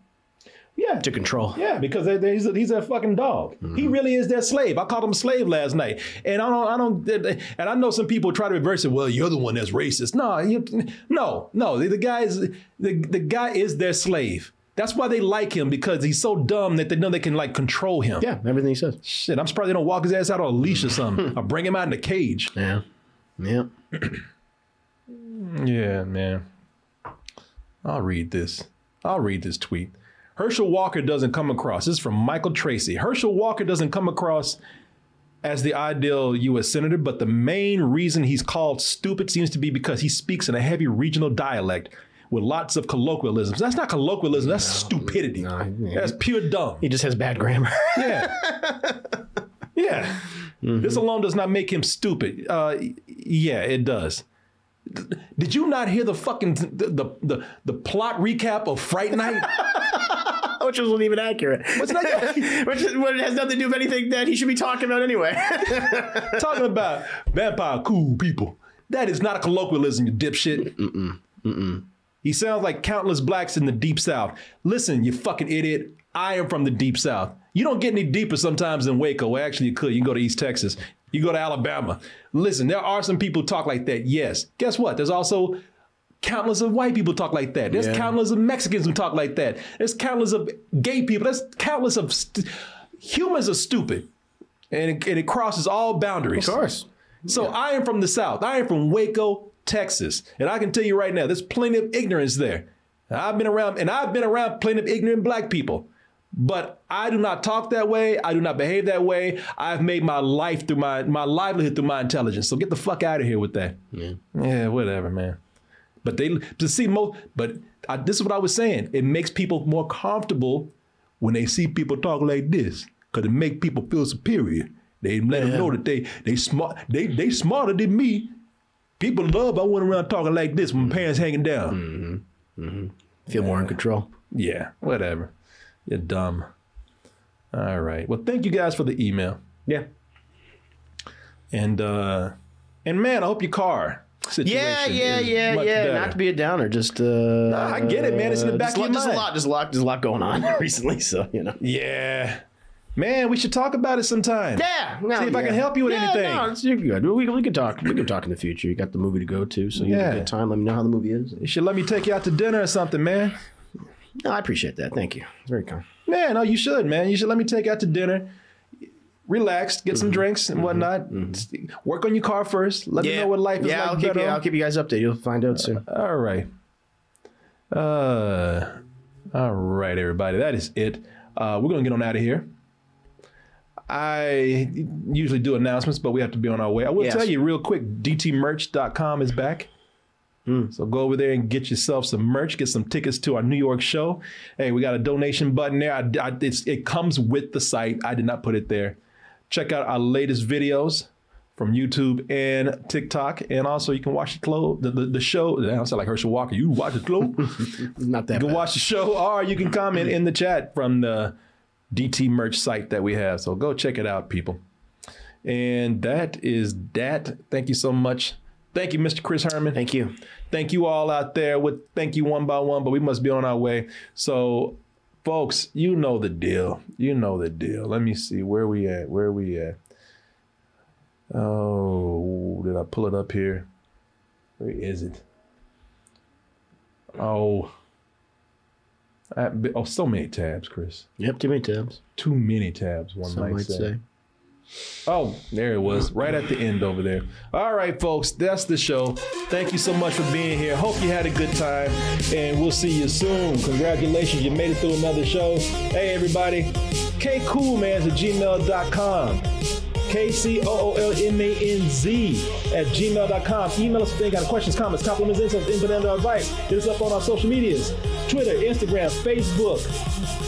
Speaker 2: Yeah.
Speaker 3: to control.
Speaker 2: Yeah, because they, they- he's, a, he's a fucking dog.
Speaker 3: Mm-hmm.
Speaker 2: He really is their slave. I called him slave last night, and I don't, I don't, they- they- and I know some people try to reverse it. Well, you're the one that's racist. No, you, no, no. The, the guy is the, the guy is their slave. That's why they like him because he's so dumb that they know they can like control him.
Speaker 3: Yeah. Everything he says.
Speaker 2: Shit, I'm surprised they don't walk his ass out on a leash or something, or bring him out in a cage.
Speaker 3: Yeah. Yeah.
Speaker 2: Yeah, man. I'll read this. I'll read this tweet. Herschel Walker doesn't come across. This is from Michael Tracy. Herschel Walker doesn't come across as the ideal U.S. senator, but the main reason he's called stupid seems to be because he speaks in a heavy regional dialect with lots of colloquialisms. That's not colloquialism. That's stupidity. That's pure dumb.
Speaker 3: He just has bad grammar.
Speaker 2: Yeah. yeah. This alone does not make him stupid. Uh, yeah, it does. D- Did you not hear the fucking the the, the, the plot recap of Fright Night?
Speaker 3: Which wasn't even accurate.
Speaker 2: What's that
Speaker 3: Which is, what has nothing to do with anything that he should be talking about anyway.
Speaker 2: talking about? Vampire cool people. That is not a colloquialism, you dipshit. Mm-mm. Mm-mm. He sounds like countless blacks in the deep south. Listen, you fucking idiot. I am from the deep south. You don't get any deeper sometimes than Waco. Well, actually, you could. You can go to East Texas. You go to Alabama. Listen, there are some people talk like that. Yes. Guess what? There's also countless of white people talk like that. There's countless of Mexicans who talk like that. There's countless of gay people. There's countless of st- humans are stupid, and it, and it crosses all boundaries.
Speaker 3: course.
Speaker 2: So I am from the South. I am from Waco, Texas, and I can tell you right now, there's plenty of ignorance there. I've been around, and I've been around plenty of ignorant black people. But I do not talk that way. I do not behave that way. I've made my life through my my livelihood through my intelligence. So get the fuck out of here with that. Yeah, yeah whatever, man. But they to see most. But I, this is what I was saying. It makes people more comfortable when they see people talk like this, because it make people feel superior. They let them know that they they smart they they smarter than me. People love I went around talking like this
Speaker 3: Mm.
Speaker 2: when my parents hanging down.
Speaker 3: Feel more in control.
Speaker 2: Yeah, whatever. You're dumb. All right. Well, thank you guys for the email.
Speaker 3: Yeah.
Speaker 2: And uh and man, I hope your car situation.
Speaker 3: Yeah, yeah,
Speaker 2: is
Speaker 3: yeah,
Speaker 2: much
Speaker 3: yeah.
Speaker 2: better.
Speaker 3: Not to be a downer, just uh
Speaker 2: I get it, man. It's in the back of
Speaker 3: just, lo-
Speaker 2: your
Speaker 3: just
Speaker 2: mind.
Speaker 3: a lot, just a lot, just a lot going on recently, so you know.
Speaker 2: Yeah. Man, we should talk about it sometime.
Speaker 3: Yeah, no,
Speaker 2: See if I
Speaker 3: yeah.
Speaker 2: can help you with
Speaker 3: Yeah,
Speaker 2: anything.
Speaker 3: No, it's, you're good. We, we can talk. We can talk in the future. You got the movie to go to, so you have
Speaker 2: Yeah.
Speaker 3: a good time. Let me know how the movie is.
Speaker 2: You should let me take you out to dinner or something, man.
Speaker 3: No, I appreciate that. Thank you. It's very kind.
Speaker 2: Man, no, you should, man. You should let me take you out to dinner. Relax, get
Speaker 3: Mm-hmm.
Speaker 2: some drinks and whatnot. Work on your car first. Let me know what life is
Speaker 3: yeah,
Speaker 2: like
Speaker 3: I'll keep
Speaker 2: better
Speaker 3: you.
Speaker 2: on-
Speaker 3: I'll keep you guys updated. You'll find out soon.
Speaker 2: All right. Uh, all right, everybody. That is it. Uh, we're gonna get on out of here. I usually do announcements, but we have to be on our way. I will
Speaker 3: Yes.
Speaker 2: tell you real quick, dtmerch.com is back. So go over there and get yourself some merch, get some tickets to our New York show. Hey, we got a donation button there. I, I- it's, it comes with the site. I did not put it there. Check out our latest videos from YouTube and TikTok. And also you can watch the clo- the, the, the show. I sound like Herschel Walker. You watch the clo-
Speaker 3: Not that
Speaker 2: you can
Speaker 3: bad.
Speaker 2: watch the show or you can comment in the chat from the DT merch site that we have. So go check it out, people. And that is that. Thank you so much. Thank you, Mr. Chris Herman.
Speaker 3: Thank you.
Speaker 2: Thank you all out there. With thank you one by one, but we must be on our way. So, folks, you know the deal. You know the deal. Let me see where we at. Where we at? Oh, did I pull it up here? Where is it? Oh, I, oh, so many tabs, Chris.
Speaker 3: Yep, too many tabs.
Speaker 2: Too many tabs. One
Speaker 3: Some
Speaker 2: might,
Speaker 3: might
Speaker 2: say.
Speaker 3: say.
Speaker 2: Oh, there it was, right at the end over there. All right, folks, that's the show. Thank you so much for being here. Hope you had a good time, and we'll see you soon. Congratulations, you made it through another show. Hey, everybody, kcoolmans at gmail.com. K C O O L M A N Z at gmail.com. Email us if you got any questions, comments, compliments, insults, input, and advice. Hit us up on our social medias Twitter, Instagram, Facebook.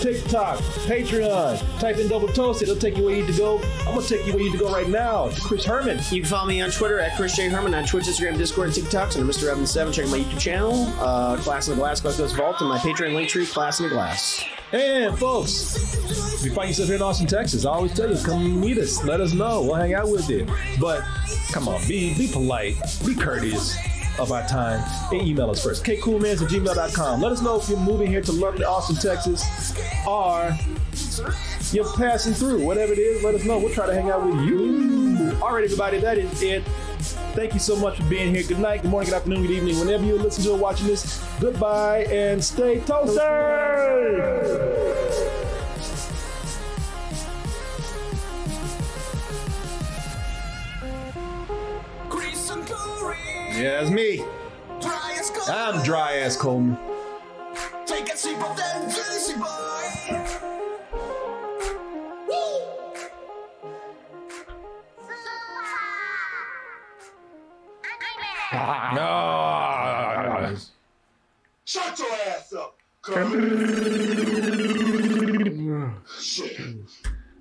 Speaker 2: TikTok, Patreon. Type in Double Toast. It'll take you where you need to go. I'm going to take you where you need to go right now. It's Chris Herman.
Speaker 1: You can follow me on Twitter at Chris J. Herman, on Twitch, Instagram, Discord, and TikToks under Mr. Evans7. Check out my YouTube channel, uh, Class in the Glass, Glass Goes Vault, and my Patreon link tree, Class in the Glass.
Speaker 2: And, folks, if you find yourself here in Austin, Texas, I always tell you, come meet us. Let us know. We'll hang out with you. But, come on, be be polite. Be courteous of our time. And email us first. kcoolmans at gmail.com. Let us know if you're moving here to lovely Austin, Texas, or you're passing through. Whatever it is, let us know. We'll try to hang out with you. All right, everybody, that is it. Thank you so much for being here. Good night, good morning, good afternoon, good evening. Whenever you listen to or watching this, goodbye and stay toasted. Yeah, that's me. I'm dry ass Coleman.
Speaker 5: Take a sip of that juicy boy. Woo!
Speaker 3: Ah.
Speaker 8: Shut your ass up.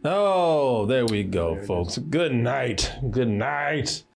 Speaker 3: Oh, there we go, folks. Good night. Good night.